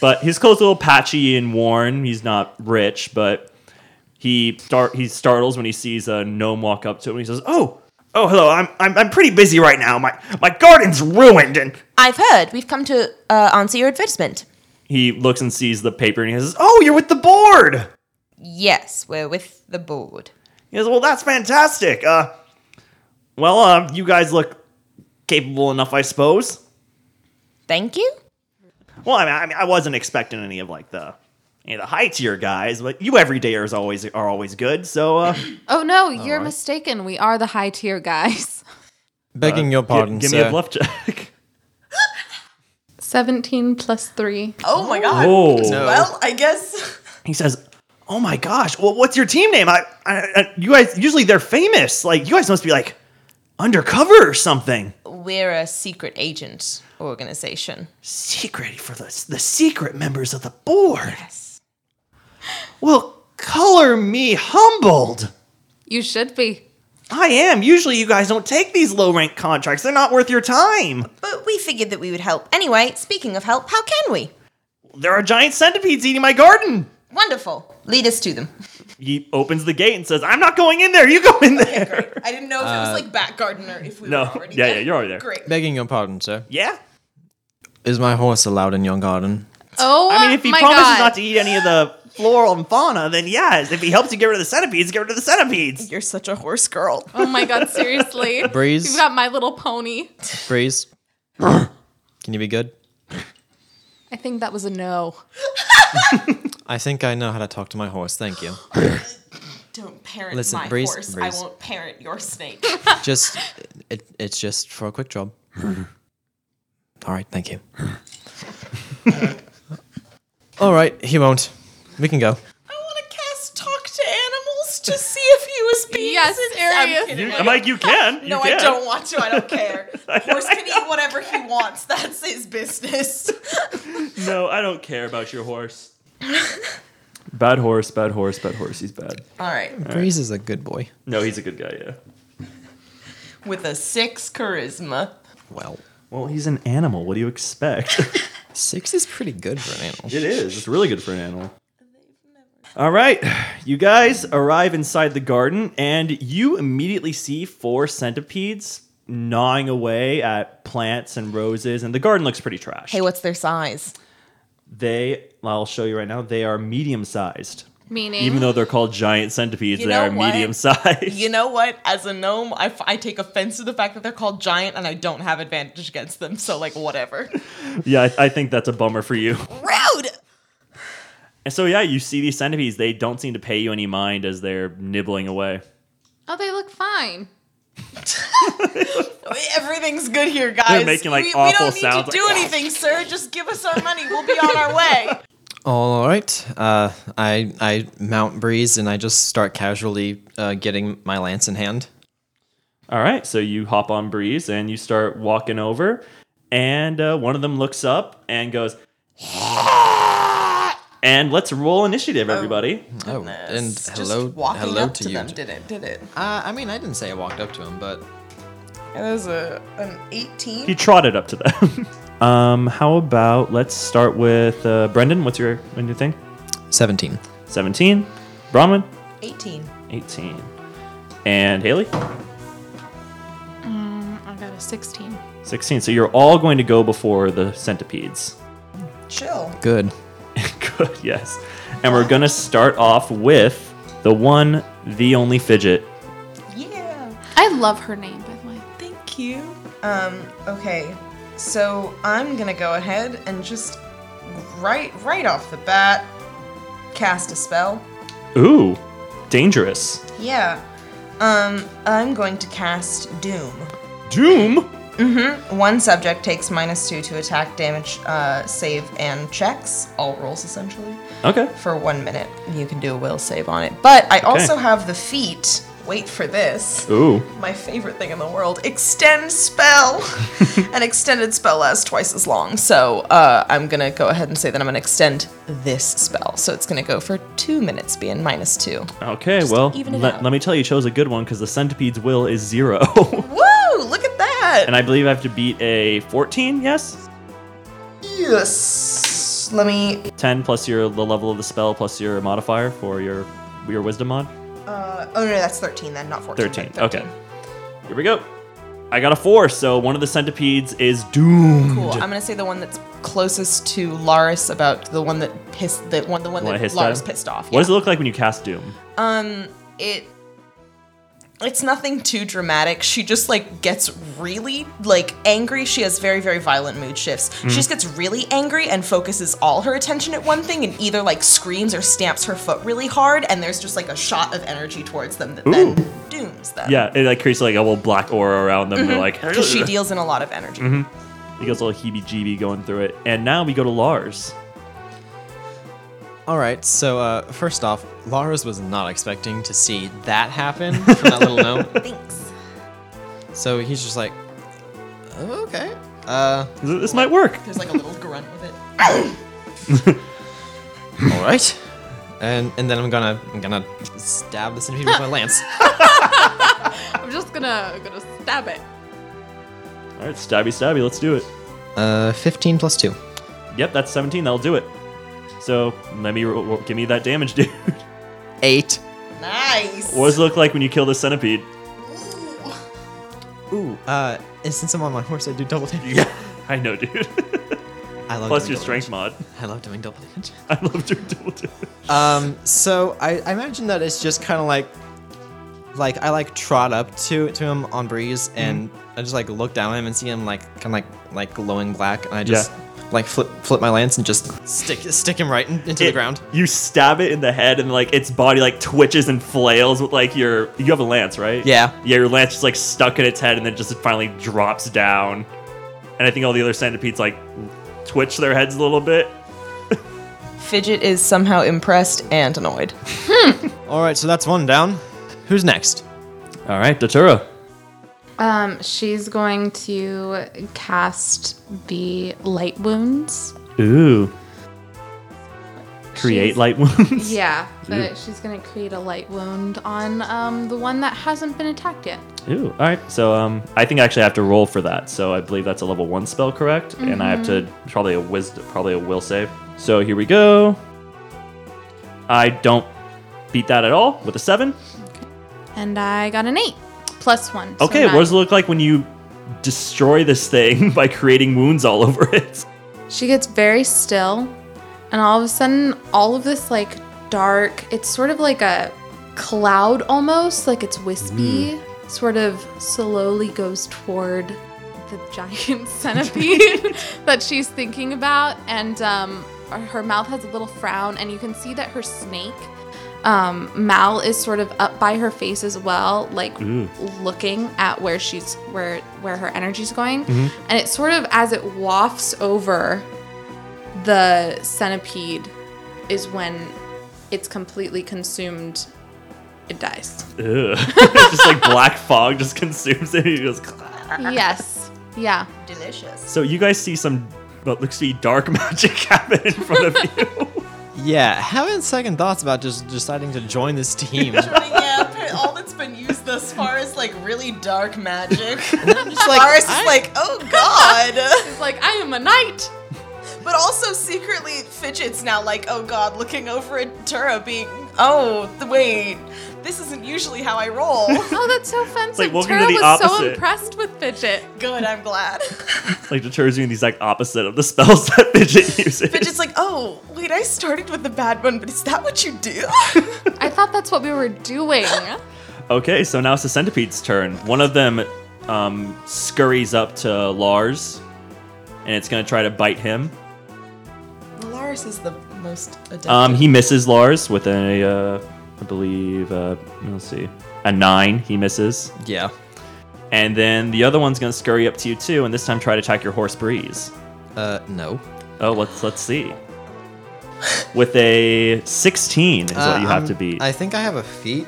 But his clothes are a little patchy and worn. He's not rich, but he start he startles when he sees a gnome walk up to him. He says, "Oh, Oh, hello. I'm I'm, I'm pretty busy right now. My my garden's ruined and I've heard. We've come to uh, answer your advertisement. he looks and sees the paper and he says, "Oh." oh, you're with the board. Yes, we're with the board. He goes, well, that's fantastic. Uh, well, um, uh, you guys look capable enough, I suppose. Thank you. Well, I mean, I, mean, I wasn't expecting any of like the any of the high tier guys, but you everydayers always are always good. So uh, Oh no, you're mistaken. We are the high tier guys. Begging your Gi- pardon, give me sir. a bluff check. 17 plus 3. Oh my god. Oh, Well, I guess. he says, "Oh my gosh, well, what's your team name? I, I, I you guys usually they're famous. Like you guys must be like undercover or something. We're a secret agent organization. Secret for the the secret members of the board. Well, color me humbled." You should be. I am. Usually, you guys don't take these low rank contracts. They're not worth your time. But we figured that we would help. Anyway, speaking of help, how can we? There are giant centipedes eating my garden. Wonderful. Lead us to them. he opens the gate and says, "I'm not going in there. You go in there." I didn't know if it was like back gardener if we Uh, no. were already Yeah, there. yeah, you're already there. Great. Begging your pardon, sir. Yeah. Is my horse allowed in your garden? Oh, I mean, if he my promises God. not to eat any of the floral and fauna, then yes. If he helps you get rid of the centipedes, get rid of the centipedes. You're such a horse girl. Oh my god, seriously. Breeze? You've got My Little Pony. Breeze. Can you be good? I think that was a no. I think I know how to talk to my horse. Thank you. Don't parent Listen, my Breeze- horse. Breeze. I won't parent your snake. Just it, it's just for a quick job. All right, thank you. All right, he won't. We can go. I want to cast talk to animals to see if he was being Yes, sincere. I'm Arius. kidding. I'm like, "You can." You no, I can." don't want to. I don't care. Horse can eat whatever he wants. That's his business. No, I don't care about your horse. bad horse, bad horse, bad horse. He's bad. All right. Breeze is a good boy. No, he's a good guy. Yeah. With a six charisma. Well, Well, he's an animal. What do you expect? Six is pretty good for an animal. It is. It's really good for an animal. All right, you guys arrive inside the garden, and you immediately see four centipedes gnawing away at plants and roses, and the garden looks pretty trash. Hey, what's their size? They, I'll show you right now, they are medium sized. Meaning, Even though they're called giant centipedes, You they know are what? medium sized. You know what? As a gnome, I, f- I take offense to the fact that they're called giant and I don't have advantage against them, so like whatever. yeah, I, I think that's a bummer for you. Rude! And so yeah, you see these centipedes, they don't seem to pay you any mind as they're nibbling away. oh, they look fine. Everything's good here, guys. making, like, we, we awful don't need sounds, to do like, anything, sir. Just give us our money. We'll be on our way. All right. Uh, I I mount Breeze and I just start casually uh, getting my lance in hand. All right, so you hop on breeze and you start walking over, and uh, one of them looks up and goes, and let's roll initiative, everybody. Oh, and Just hello, walking hello up to, to, you. them did it, did it. Uh, I mean, I didn't say I walked up to him, but It was a an eighteen. He trotted up to them. um, how about let's start with uh, Brendan? What's your what's your thing? seventeen. Seventeen. Brahman. 18. Eighteen. And Haley. I got a 16. Sixteen. So you're all going to go before the centipedes. Chill. Good. Good, yes. And we're gonna start off with the one, the only fidget. Yeah. I love her name, by the way. Thank you. Um, okay. So I'm gonna go ahead and just right right off the bat cast a spell. Ooh, dangerous. Yeah. Um, I'm going to cast Doom. Doom. One subject takes minus two to attack, damage, uh, save, and checks, all rolls essentially, Okay. for one minute. You can do a will save on it. But I also have the feat. Wait for this. Ooh. my favorite thing in the world extend spell an extended spell lasts twice as long so uh, i'm gonna go ahead and say that i'm gonna extend this spell so it's gonna go for two minutes being minus two Okay, well, even it let, out. let me tell you, you chose a good one because the centipede's will is zero. woo look at that and I believe I have to beat a 14, yes? yes let me 10 plus your the level of the spell plus your modifier for your your wisdom mod. uh, oh no that's 13 then not 14 13. Okay. Here we go. I got a 4, so one of the centipedes is doomed. cool i'm gonna say the one that's closest to laris about the one that pissed the one the one When I that hissed at laris him? pissed off What does it look like when you cast Doom? Um, it it's nothing too dramatic. She just like gets really like angry. She has very very violent mood shifts. She just gets really angry and focuses all her attention at one thing and either like screams or stamps her foot really hard and there's just like a shot of energy towards them that then dooms them. Yeah, it like creates like a little black aura around them. Mm-hmm. They're like, Cuz she deals in a lot of energy. Mm-hmm. He gets a little heebie-jeebie going through it. And now we go to Lars. All right. So uh, first off, Lars was not expecting to see that happen from that little note. Thanks. So he's just like, okay. Uh, He's like, This might work. There's like a little grunt with it. all right. And and then I'm gonna I'm gonna stab the centipede with my lance. I'm just gonna gonna stab it. All right, stabby, stabby. Let's do it. Uh, fifteen plus two. Yep, that's 17. That'll do it. So let me ro- ro- give me that damage, dude. Eight. Nice. what does it look like when you kill the centipede? Ooh. Uh, and since I'm on my horse, I do double damage. Yeah, I know, dude. I love Plus doing your double strength mod. damage. I love doing double damage. I love doing double damage. Um, so I, I imagine that it's just kind of like, like I like trot up to to him on breeze, and I just like look down at him and see him like kind of like like glowing black, and I just like flip flip my lance and just stick stick him right in, into the It- ground. You stab it in the head, and like its body like twitches and flails with like your. You have a lance, right? Yeah. Yeah, your lance just like stuck in its head, and then just finally drops down. And I think all the other centipedes like twitch their heads a little bit. Fidget is somehow impressed and annoyed. All right, so that's one down. Who's next? All right, Datura. Um, she's going to cast the light wounds. Ooh. create She's- light wounds. Yeah, but she's gonna create a light wound on um, the one that hasn't been attacked yet. Ooh, all right. So um, I think I actually have to roll for that. So I believe that's a level one spell, correct? And I have to Mm-hmm. probably a wisdom, probably a will save. So here we go. I don't beat that at all with a seven. And I got an eight plus one. so Okay, nine. what does it look like when you destroy this thing by creating wounds all over it? She gets very still, and all of a sudden, all of this like dark, it's sort of like a cloud almost, like it's wispy, sort of slowly goes toward the giant centipede that she's thinking about. And um, her mouth has a little frown, and you can see that her snake. Um, Mal is sort of up by her face as well, like Mm. looking at where she's where where her energy's going, Mm-hmm. and it sort of as it wafts over the centipede is when it's completely consumed. It dies. Ugh. just like black fog just consumes it. It goes. yes. Yeah. Delicious. So you guys see some what looks to be dark magic happen in front of you. Yeah, having second thoughts about just deciding to join this team. yeah, but all that's been used thus far is like really dark magic. Just like, Boris I- is like, oh god. It's like I am a knight. but also secretly fidgets now, like, oh god, looking over at Tura being, oh, th- wait, this isn't usually how I roll. Oh, that's so offensive. like walking to Tara the was so opposite. impressed with Fidget. Good, I'm glad. like Deter's doing the exact opposite of the spells that Fidget uses. Fidget's like, oh, wait, I started with the bad one, but is that what you do? I thought that's what we were doing. Okay, so now it's the centipede's turn. One of them um, scurries up to Lars, and it's gonna try to bite him. Lars is the most adept. Um, he misses Lars with a, uh, I believe, uh, let's see, a nine. He misses, yeah. and then the other one's gonna scurry up to you too, and this time try to attack your horse Breeze. Uh, no. Oh, let's let's see. With a sixteen is Uh, what you have um, to beat. I think I have a feat.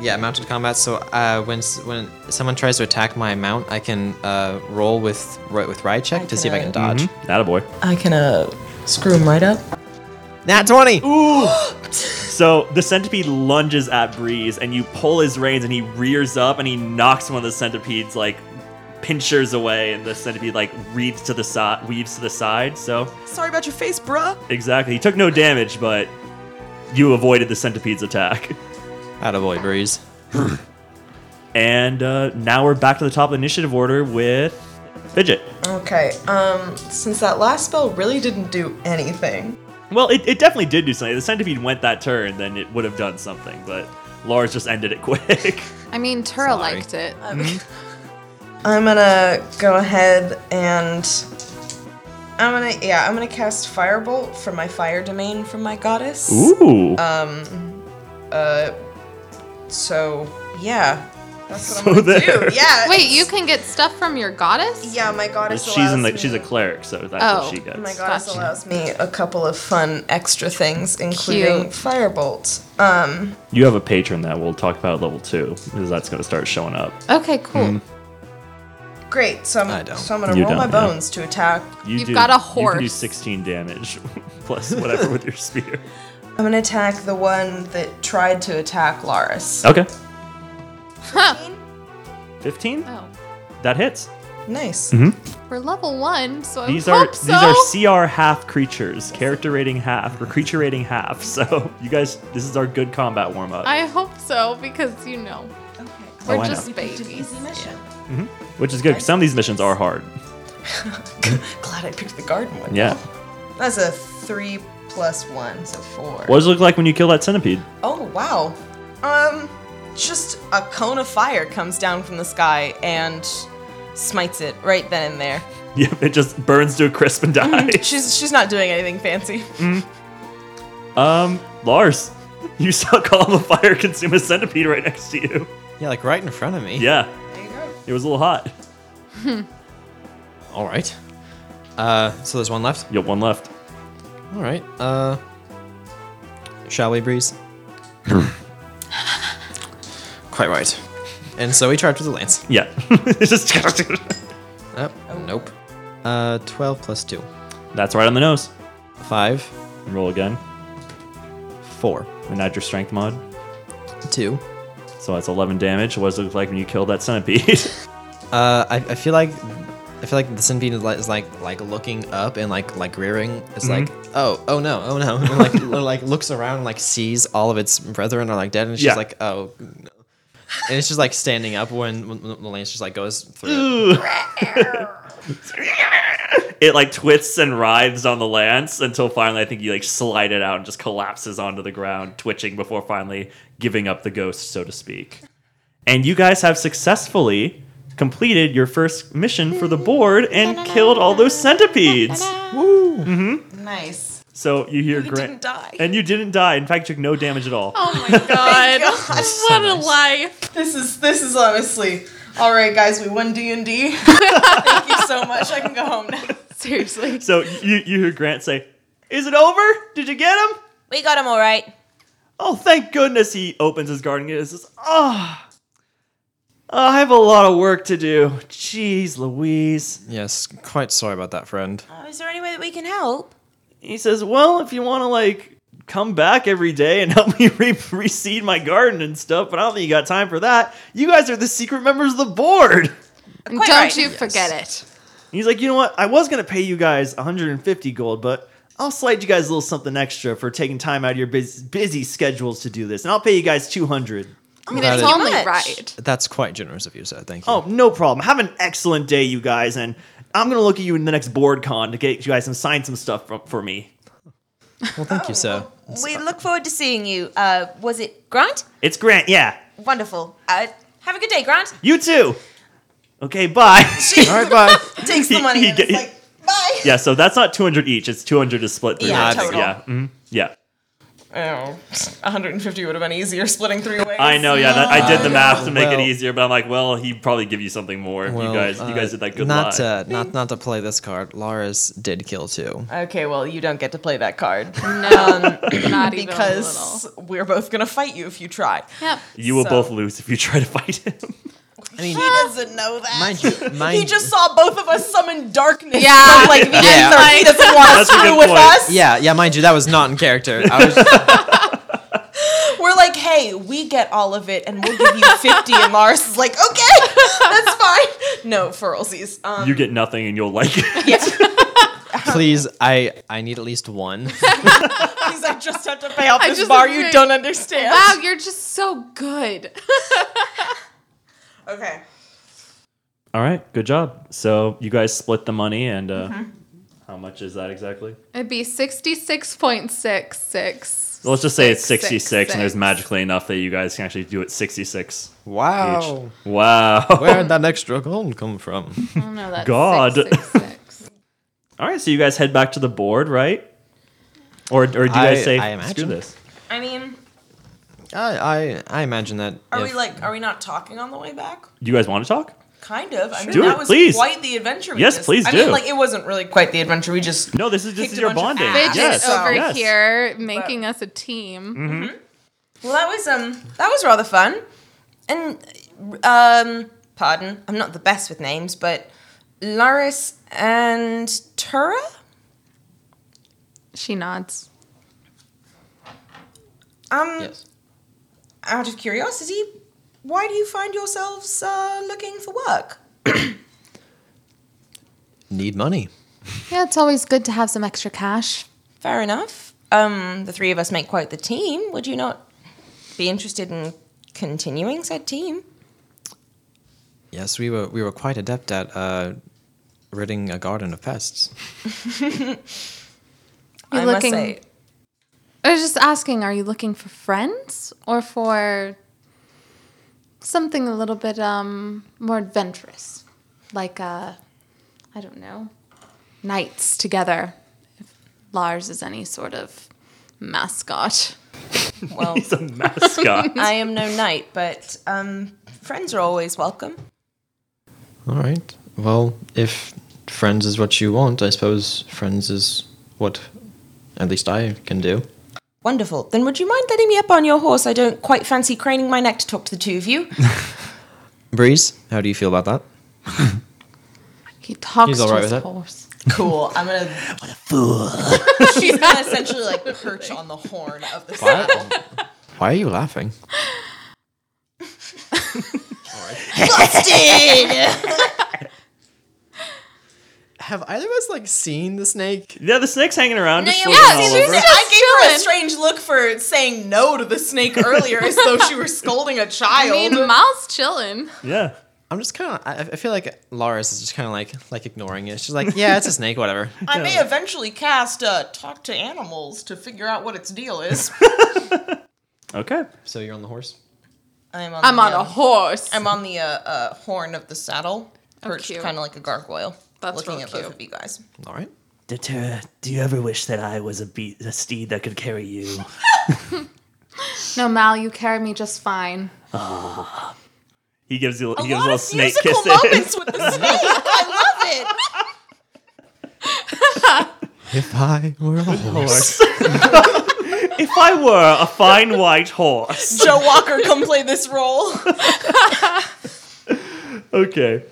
Yeah, mounted combat. So uh, when s- when someone tries to attack my mount, I can uh, roll with ri- with ride check to see if I can dodge. That boy. I can uh, screw him right up. Nat twenty. So the centipede lunges at Breeze, and you pull his reins, and he rears up, and he knocks one of the centipede's like pinchers away, and the centipede like reads to the side, weaves to the side. So Sorry about your face, bruh. exactly, he took no damage, but you avoided the centipede's attack. Attaboy, breeze. And uh, now we're back to the top of the initiative order with Fidget. Okay, um, since that last spell really didn't do anything, Well, it, it definitely did do something. If the centipede went that turn, then it would have done something, but Lars just ended it quick. I mean, Tura Sorry. liked it. I'm gonna go ahead and I'm gonna yeah I'm gonna cast Firebolt from my fire domain from my goddess. Ooh. So yeah, that's what So I'm gonna there. do. Yeah. Wait, you can get stuff from your goddess? Yeah, my goddess. she's in allows the, me, she's a cleric, so that's Oh. what she gets. My goddess Gotcha. allows me a couple of fun extra things, including Cute. Firebolt. Um, You have a patron that we'll talk about at level two, because that's going to start showing up. Okay, cool. Mm. great. So I'm I don't. so I'm gonna You roll my don't, yeah. bones to attack. You You've got a You can do horse. 16 damage plus whatever with your spear. I'm gonna attack the one that tried to attack Laris. Okay. 15? Oh. That hits. Nice. Mm-hmm. We're level one, so These I are hope so. these are CR half creatures, character rating half or creature rating half. So you guys, this is our good combat warm up, I hope so because you know Oh, we're I know. just babies. which is good. 'cause Some of these missions are hard. Glad I picked the garden one. Yeah. That's a three plus one, so four. What does it look like when you kill that centipede? Oh wow. Um, just a cone of fire comes down from the sky and smites it right then and there. Yep, it just burns to a crisp and Mm. dies. She's she's not doing anything fancy. um, Lars, you saw Column of Fire consume a centipede right next to you. Yeah, like right in front of me. Yeah, There you go. it was a little hot. All right. Uh, so there's one left. You have one left. All right. Uh, shall we, breeze? Quite right. And so we charge with the lance. Yeah. it's just Oh, Nope. Uh, twelve plus two. That's right on the nose. Five. Roll again. Four. And add your strength mod. Two. So that's 11 damage. What does it look like when you kill that centipede? Uh, I, I feel like I feel like the centipede is like, is like like looking up and like like rearing. It's like Mm-hmm. oh oh no oh no and like lo- like looks around and like sees all of its brethren are like dead and she's Yeah. like oh no. and it's just like standing up when when, when the lance just like goes through. it. it like twists and writhes on the lance until finally I think you like slide it out and just collapses onto the ground, twitching before finally giving up the ghost, so to speak. And you guys have successfully completed your first mission for the board and killed all those centipedes. Nice. So you hear You Grant. didn't die. And you didn't die. In fact, you took no damage at all. Oh my god. what a life. This is this is honestly. All right, guys, we won D and D. Thank you so much. I can go home now. Seriously. So you, you hear Grant say, Is it over? Did you get him? We got him all right. Oh, thank goodness he opens his garden gate and says, Ah, oh, I have a lot of work to do. Jeez Louise. Yes, quite sorry about that, friend. Uh, Oh, is there any way that we can help? He says, Well, if you want to, like, come back every day and help me re- reseed my garden and stuff, but I don't think you got time for that. You guys are the secret members of the board. And Quite don't right. you forget And he's like, You know what? I was going to pay you guys 150 gold, but. I'll slide you guys a little something extra for taking time out of your bus- busy schedules to do this, and I'll pay you guys 200. it. I mean, That it's is- only Much. right. That's quite generous of you, sir. Thank you. Oh, no problem. Have an excellent day, you guys, and I'm gonna look at you in the next board con to get you guys some sign some stuff for, for me. well, thank you, sir. We look forward to seeing you. Uh, was it Grant? It's Grant, yeah. Wonderful. Uh, have a good day, Grant. You too. Okay, bye. All right, bye. Takes the He- money he and get- it's like bye. yeah, so that's not 200 each. It's 200 is split. Three Yeah, ways. total. Yeah, mhm, yeah. Oh, 150 would have been easier splitting three ways. I know. Yeah, that, I did the Ah. math to make Well- it easier, but I'm like, well, he'd probably give you something more. you guys, uh, you guys did that good uh, Not lie. to not not to play this card. Lara's did kill two. Okay, well, you don't get to play that card No, not even a little. because we're both gonna fight you if you try. Yep. you will so- both lose if you try to fight him. I mean, He doesn't know that. mind you, mind he just saw both of us summon darkness. Yeah. So, like, the ends are- he doesn't want to That's a good screw with point. us. Yeah, yeah, mind you, that was not in character. I was We're like, hey, we get all of it, and we'll give you 50. and Lars is like, okay, that's fine. No, for allsies. Um, you get nothing, and you'll like it. please, I I need at least one. please, I just Ah. have to pay off I this just bar. agree. You don't understand. Wow, you're just so good. Okay. All right, good job. So you guys split the money, and uh, Mm-hmm. how much is that exactly? It'd be 66.66. So let's just say it's Six, 66, six, and there's six. magically enough that you guys can actually do it 66 Wow. each. Wow. Where did that extra gold come from? I don't know that. God. Six, six, six. All right, so you guys head back to the board, right? Or, or do you guys I- say, I screw imagine. this? I mean, I I, I imagine that. are if- we like, are we not talking on the way back? Do you guys want to talk? Kind of. I mean, do that it, was please. quite the adventure. We Yes, just, please I do. mean, like, it wasn't really quite the adventure. We just No, this is this Kicked is a your bunch of bonding. ass. Fidget Yes. over yes. here making us a team. Well, that was um, that was rather fun, and um, pardon, I'm not the best with names, but Laris and Tura. She nods. Um, Yes. out of curiosity, why do you find yourselves uh, looking for work? Need money. Yeah, it's always good to have some extra cash. Fair enough. Um, the three of us make quite the team. Would you not be interested in continuing said team? Yes, we were we were quite adept at uh, ridding a garden of pests. You're I looking- must say, I was just asking, are you looking for friends or for something a little bit um, more adventurous? Like, uh, I don't know, nights together. If Lars is any sort of mascot. well, He's a mascot. I am no knight, but um, friends are always welcome. All right. Well, if friends is what you want, I suppose friends is what at least I can do. Wonderful. Then would you mind letting me up on your horse? I don't quite fancy craning my neck to talk to the two of you. Breeze, how do you feel about that? He talks He's to all right his with it. horse. Cool. I'm gonna Fool. she's gonna essentially like perch on the horn of the Why, why are you laughing? Have either of us like seen the snake? Yeah, the snake's hanging around. just you floating haven't all seen the over. snake. I gave her a chilling. strange look for saying no to the snake earlier, as though she were scolding a I child. mean, Miles chilling. Yeah. I'm just kind of. I, I feel like Laris is just kind of like like ignoring it. She's like, yeah, it's a snake, whatever. I may eventually cast uh, "Talk to Animals" to figure out what its deal is. Okay. So you're on the horse. I'm on, I'm the, on a uh, horse. I'm on the uh, uh, horn of the saddle, perched cute. kind of like a gargoyle, That's looking really at both cute. of you guys. All right. Deterra, do you ever wish that I was a, be- a steed that could carry you? no, Mal, you carry me just fine. He gives you. He A gives lot little of snake musical kisses. moments with the snake. I love it. If I were a horse, If I were a fine white horse. Joe Walker, come play this role. Okay.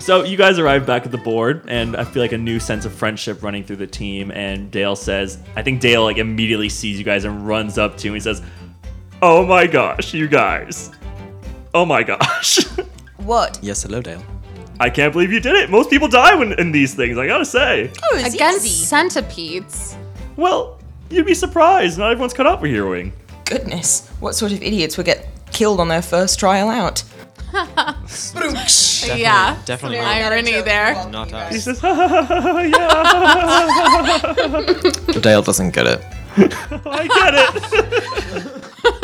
So you guys arrive back at the board, and I feel like a new sense of friendship running through the team. And Dale says, I think Dale like immediately sees you guys and runs up to you and says, "Oh my gosh, you guys! Oh my gosh!" What? yes, hello, Dale. I can't believe you did it. Most people die when in these things. I gotta say. Oh, it's Against easy. centipedes. Well, you'd be surprised. Not everyone's cut out for heroing. Goodness, what sort of idiots would get killed on their first trial out? Definitely, yeah. definitely Some not, irony there. not He us. says, "Ha ha ha ha! Yeah, But Dale doesn't get it. I get it."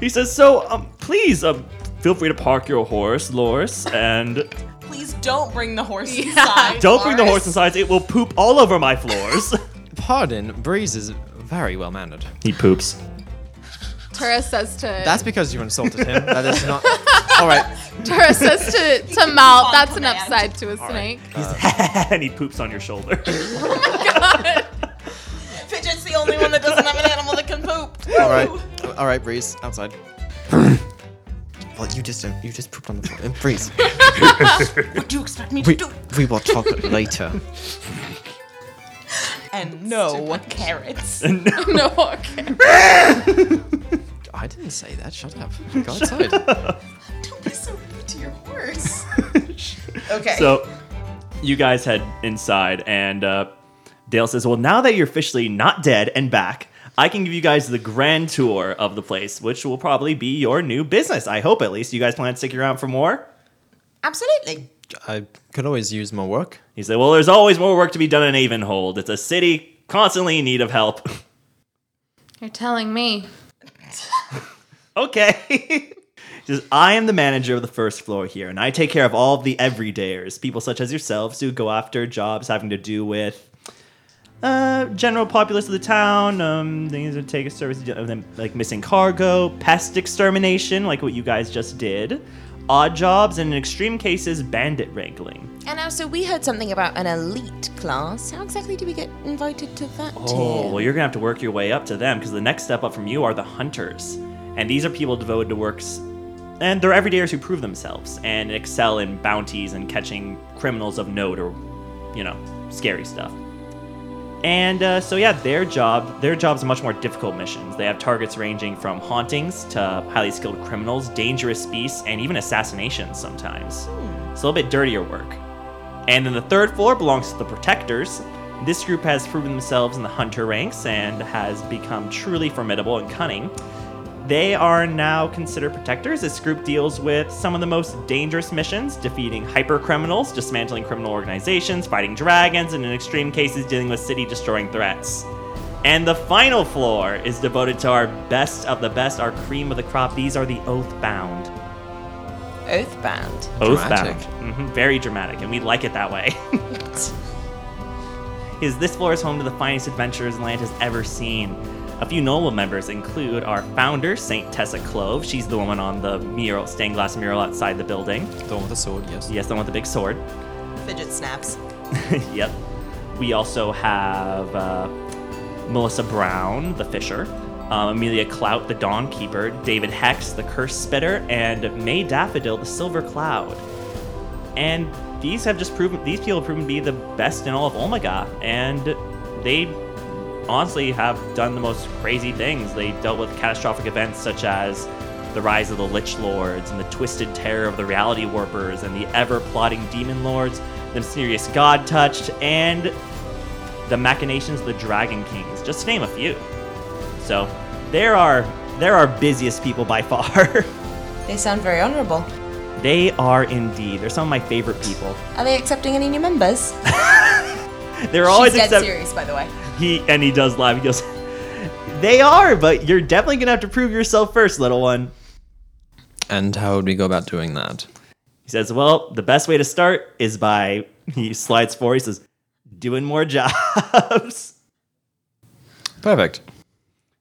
he says, "So, um, please, um, feel free to park your horse, Loris, and Please don't bring the horse Yeah. inside. don't bring the Lars. horse inside. It will poop all over my floors." Pardon, Breeze is very well mannered. he poops. Tara says to That's because you insulted him. That is not. All right. Tara says to, to Mal, on that's an command. upside to a snake. and he poops on your shoulder. Fidget's the only one that doesn't have an animal that can poop. All right, all right, Breeze, outside. well, you just don't. You just pooped on the floor. Breeze, What do you expect me to we do? we will talk later. And no carrots. no, okay. I didn't say that. Shut up. Go outside. Don't be so rude to your horse. okay. So you guys head inside, and uh, Dale says, Well, now that you're officially not dead and back, I can give you guys the grand tour of the place, which will probably be your new business. I hope at least. You guys plan to stick around for more? Absolutely. I could always use more work. He said, Well, there's always more work to be done in Avonhold. It's a city constantly in need of help. You're telling me. okay. he says, I am the manager of the first floor here, and I take care of all of the everydayers, people such as yourselves who go after jobs having to do with uh, general populace of the town, um, things that take a service of them, like missing cargo, pest extermination, like what you guys just did, odd jobs, and in extreme cases, bandit wrangling. And also, we heard something about an elite class. How exactly do we get invited to that? Oh, too? well, you're gonna have to work your way up to them because the next step up from you are the hunters, and these are people devoted to works, and they're everydayers who prove themselves and excel in bounties and catching criminals of note or, you know, scary stuff. And uh, so yeah, their job their jobs are much more difficult missions. They have targets ranging from hauntings to highly skilled criminals, dangerous beasts, and even assassinations sometimes. It's a little bit dirtier work. And then the third floor belongs to the Protectors. This group has proven themselves in the hunter ranks and has become truly formidable and cunning. They are now considered protectors. This group deals with some of the most dangerous missions, defeating hyper criminals, dismantling criminal organizations, fighting dragons, and in extreme cases, dealing with city destroying threats. And the final floor is devoted to our best of the best, our cream of the crop. These are the Oathbound. Oathbound. Oathbound. Dramatic. hmm Very dramatic, and we like it that way. is this floor is home to the finest adventures land has ever seen. A few Nola members include our founder, Saint Tessa Clove. She's the woman on the mural, stained glass mural outside the building. The one with the sword, yes. Yes, the one with the big sword. Fidget snaps. yep. We also have uh, Melissa Brown, the Fisher, um, Amelia Clout, the Dawn Keeper, David Hex, the Curse Spitter, and May Daffodil, the Silver Cloud. And these have just proven these people have proven to be the best in all of Omega, and they honestly have done the most crazy things. They dealt with catastrophic events such as the rise of the Lich Lords and the twisted terror of the Reality Warpers and the ever plotting Demon Lords, the mysterious God Touched, and the machinations of the Dragon Kings, just to name a few. So, there are there are busiest people by far. They sound very honorable. they are indeed. They're some of my favorite people. Are they accepting any new members? They're always She's dead accept- serious, by the way. he and he does laugh. He goes, "They are, but you're definitely gonna have to prove yourself first, little one." And how would we go about doing that? He says, "Well, the best way to start is by." He slides forward. He says, "Doing more jobs." Perfect.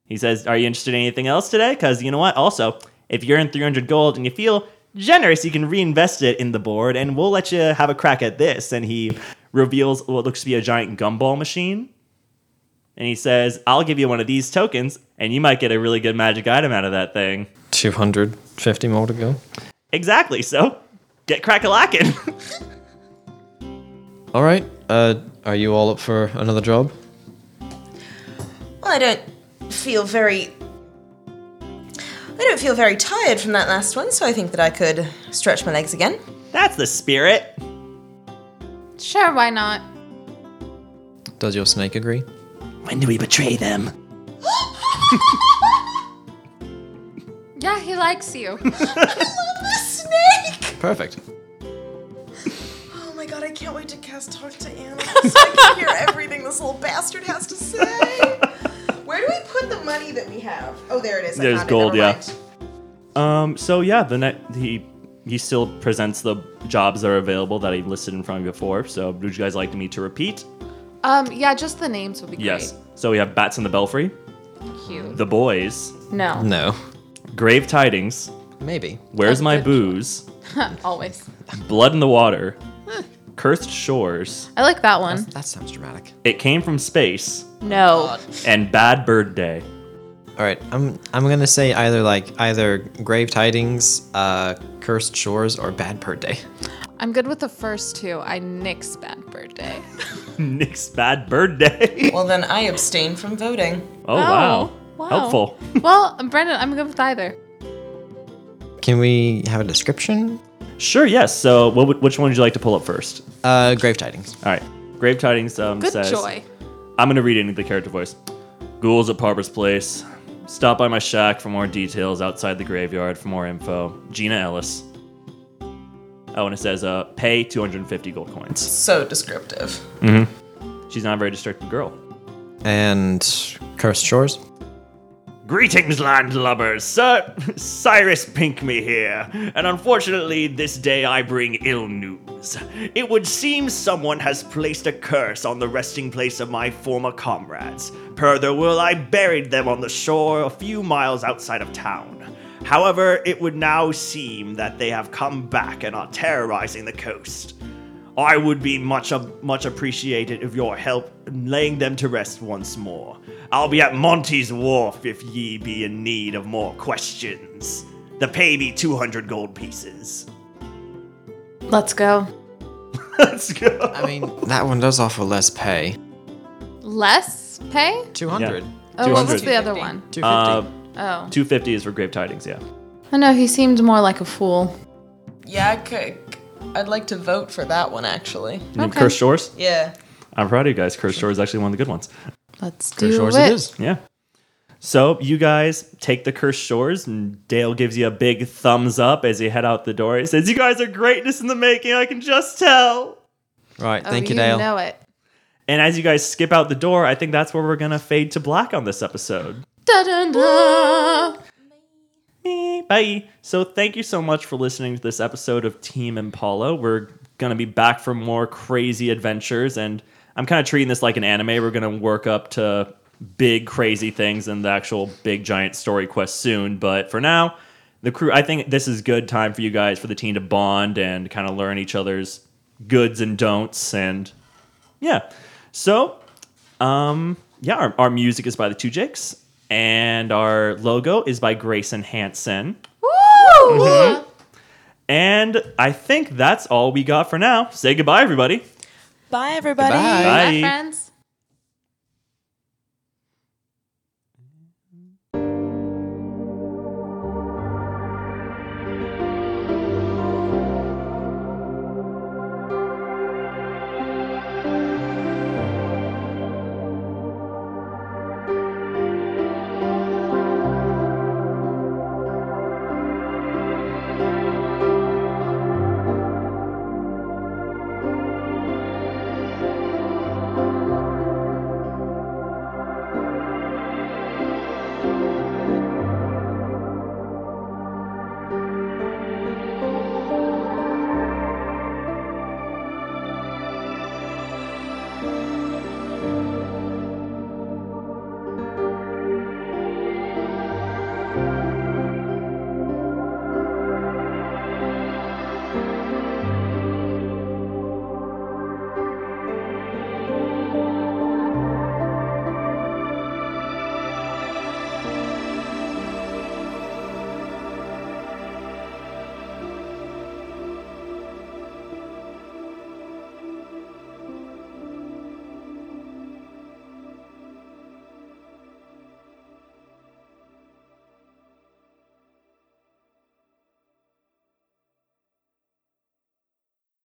He says, "Are you interested in anything else today? Because you know what? Also, if you're in 300 gold and you feel generous, you can reinvest it in the board, and we'll let you have a crack at this." And he reveals what looks to be a giant gumball machine, and he says, "I'll give you one of these tokens, and you might get a really good magic item out of that thing." 250 more to go. Exactly. So, get crack a lacking. All right. Uh, are you all up for another job? Well, I don't feel very. I don't feel very tired from that last one, so I think that I could stretch my legs again. That's the spirit. Sure, why not? Does your snake agree? When do we betray them? Yeah, he likes you. Snake! Perfect. Oh my god, I can't wait to cast Talk to Animals so I can hear everything this little bastard has to say. Where do we put the money that we have? Oh, there it is. I There's found it. gold, Never yeah. mind. Um. So yeah, the net he he still presents the jobs that are available that he listed in front of you before. So would you guys like me to repeat? um, yeah, just the names would be Yes. So we have bats in the belfry, great. Cute. the boys, No, No. grave tidings. Maybe. Where's That's my good. booze? always. Blood in the water. Cursed shores. I like that one. That sounds dramatic. It came from space. No. And bad bird day. All right. I'm I'm gonna say either like either grave tidings, uh, cursed shores, or bad per day. I'm good with the first two. I nix bad birthday. Nick's bad bird day. Well, then I abstain from voting. Oh, wow. wow. Helpful. well, Brendan, I'm good with either. Can we have a description? Sure. Yes. So what, would- which one would you like to pull up first? Uh, grave tidings. All right. Grave Tidings um, Good says, joy. I'm going to read it in the character voice. Ghouls at Parber's Place. Stop by my shack for more details outside the graveyard for more info. Gina Ellis. Oh, and it says, uh, pay 250 gold coins. So descriptive. She's not a very distracted girl. And cursed shores. Greetings, landlubbers. Sir Cyrus Pinkme here, and unfortunately, this day I bring ill news. It would seem someone has placed a curse on the resting place of my former comrades. Per their will, I buried them on the shore a few miles outside of town. However, it would now seem that they have come back and are terrorizing the coast. I would be much much appreciated of your help in laying them to rest once more. I'll be at Monty's Wharf if ye be in need of more questions. The pay be 200 gold pieces. Let's go. Let's go. I mean, that one does offer less pay. Less pay? Two hundred. Oh, what was 200. the other one? Two fifty. Uh, Oh. 250 is for grave tidings, yeah. I know, he seemed more like a fool. Yeah, I could, I'd like to vote for that one, actually. Okay. Cursed Shores? Yeah. I'm proud of you guys. Cursed Shores is actually one of the good ones. Let's do cursed shores it. it is. Yeah. So you guys take the cursed shores, and Dale gives you a big thumbs up as you head out the door. He says, "You guys are greatness in the making. I can just tell." Right. Oh, thank you, you Dale. know it. And as you guys skip out the door, I think that's where we're gonna fade to black on this episode. Da, da, da. Eh, Bye. So thank you so much for listening to this episode of Team Impala. We're gonna be back for more crazy adventures, and I'm kind of treating this like an anime. We're gonna work up to big crazy things and the actual big giant story quest soon. But for now, the crew. I think this is good time for you guys for the team to bond and kind of learn each other's goods and don'ts, and yeah. So yeah, our, our music is by the Two Jakes, and our logo is by Grayson Hansen. Woo! And I think that's all we got for now. Say goodbye, everybody. Bye, everybody. Bye. Bye, friends.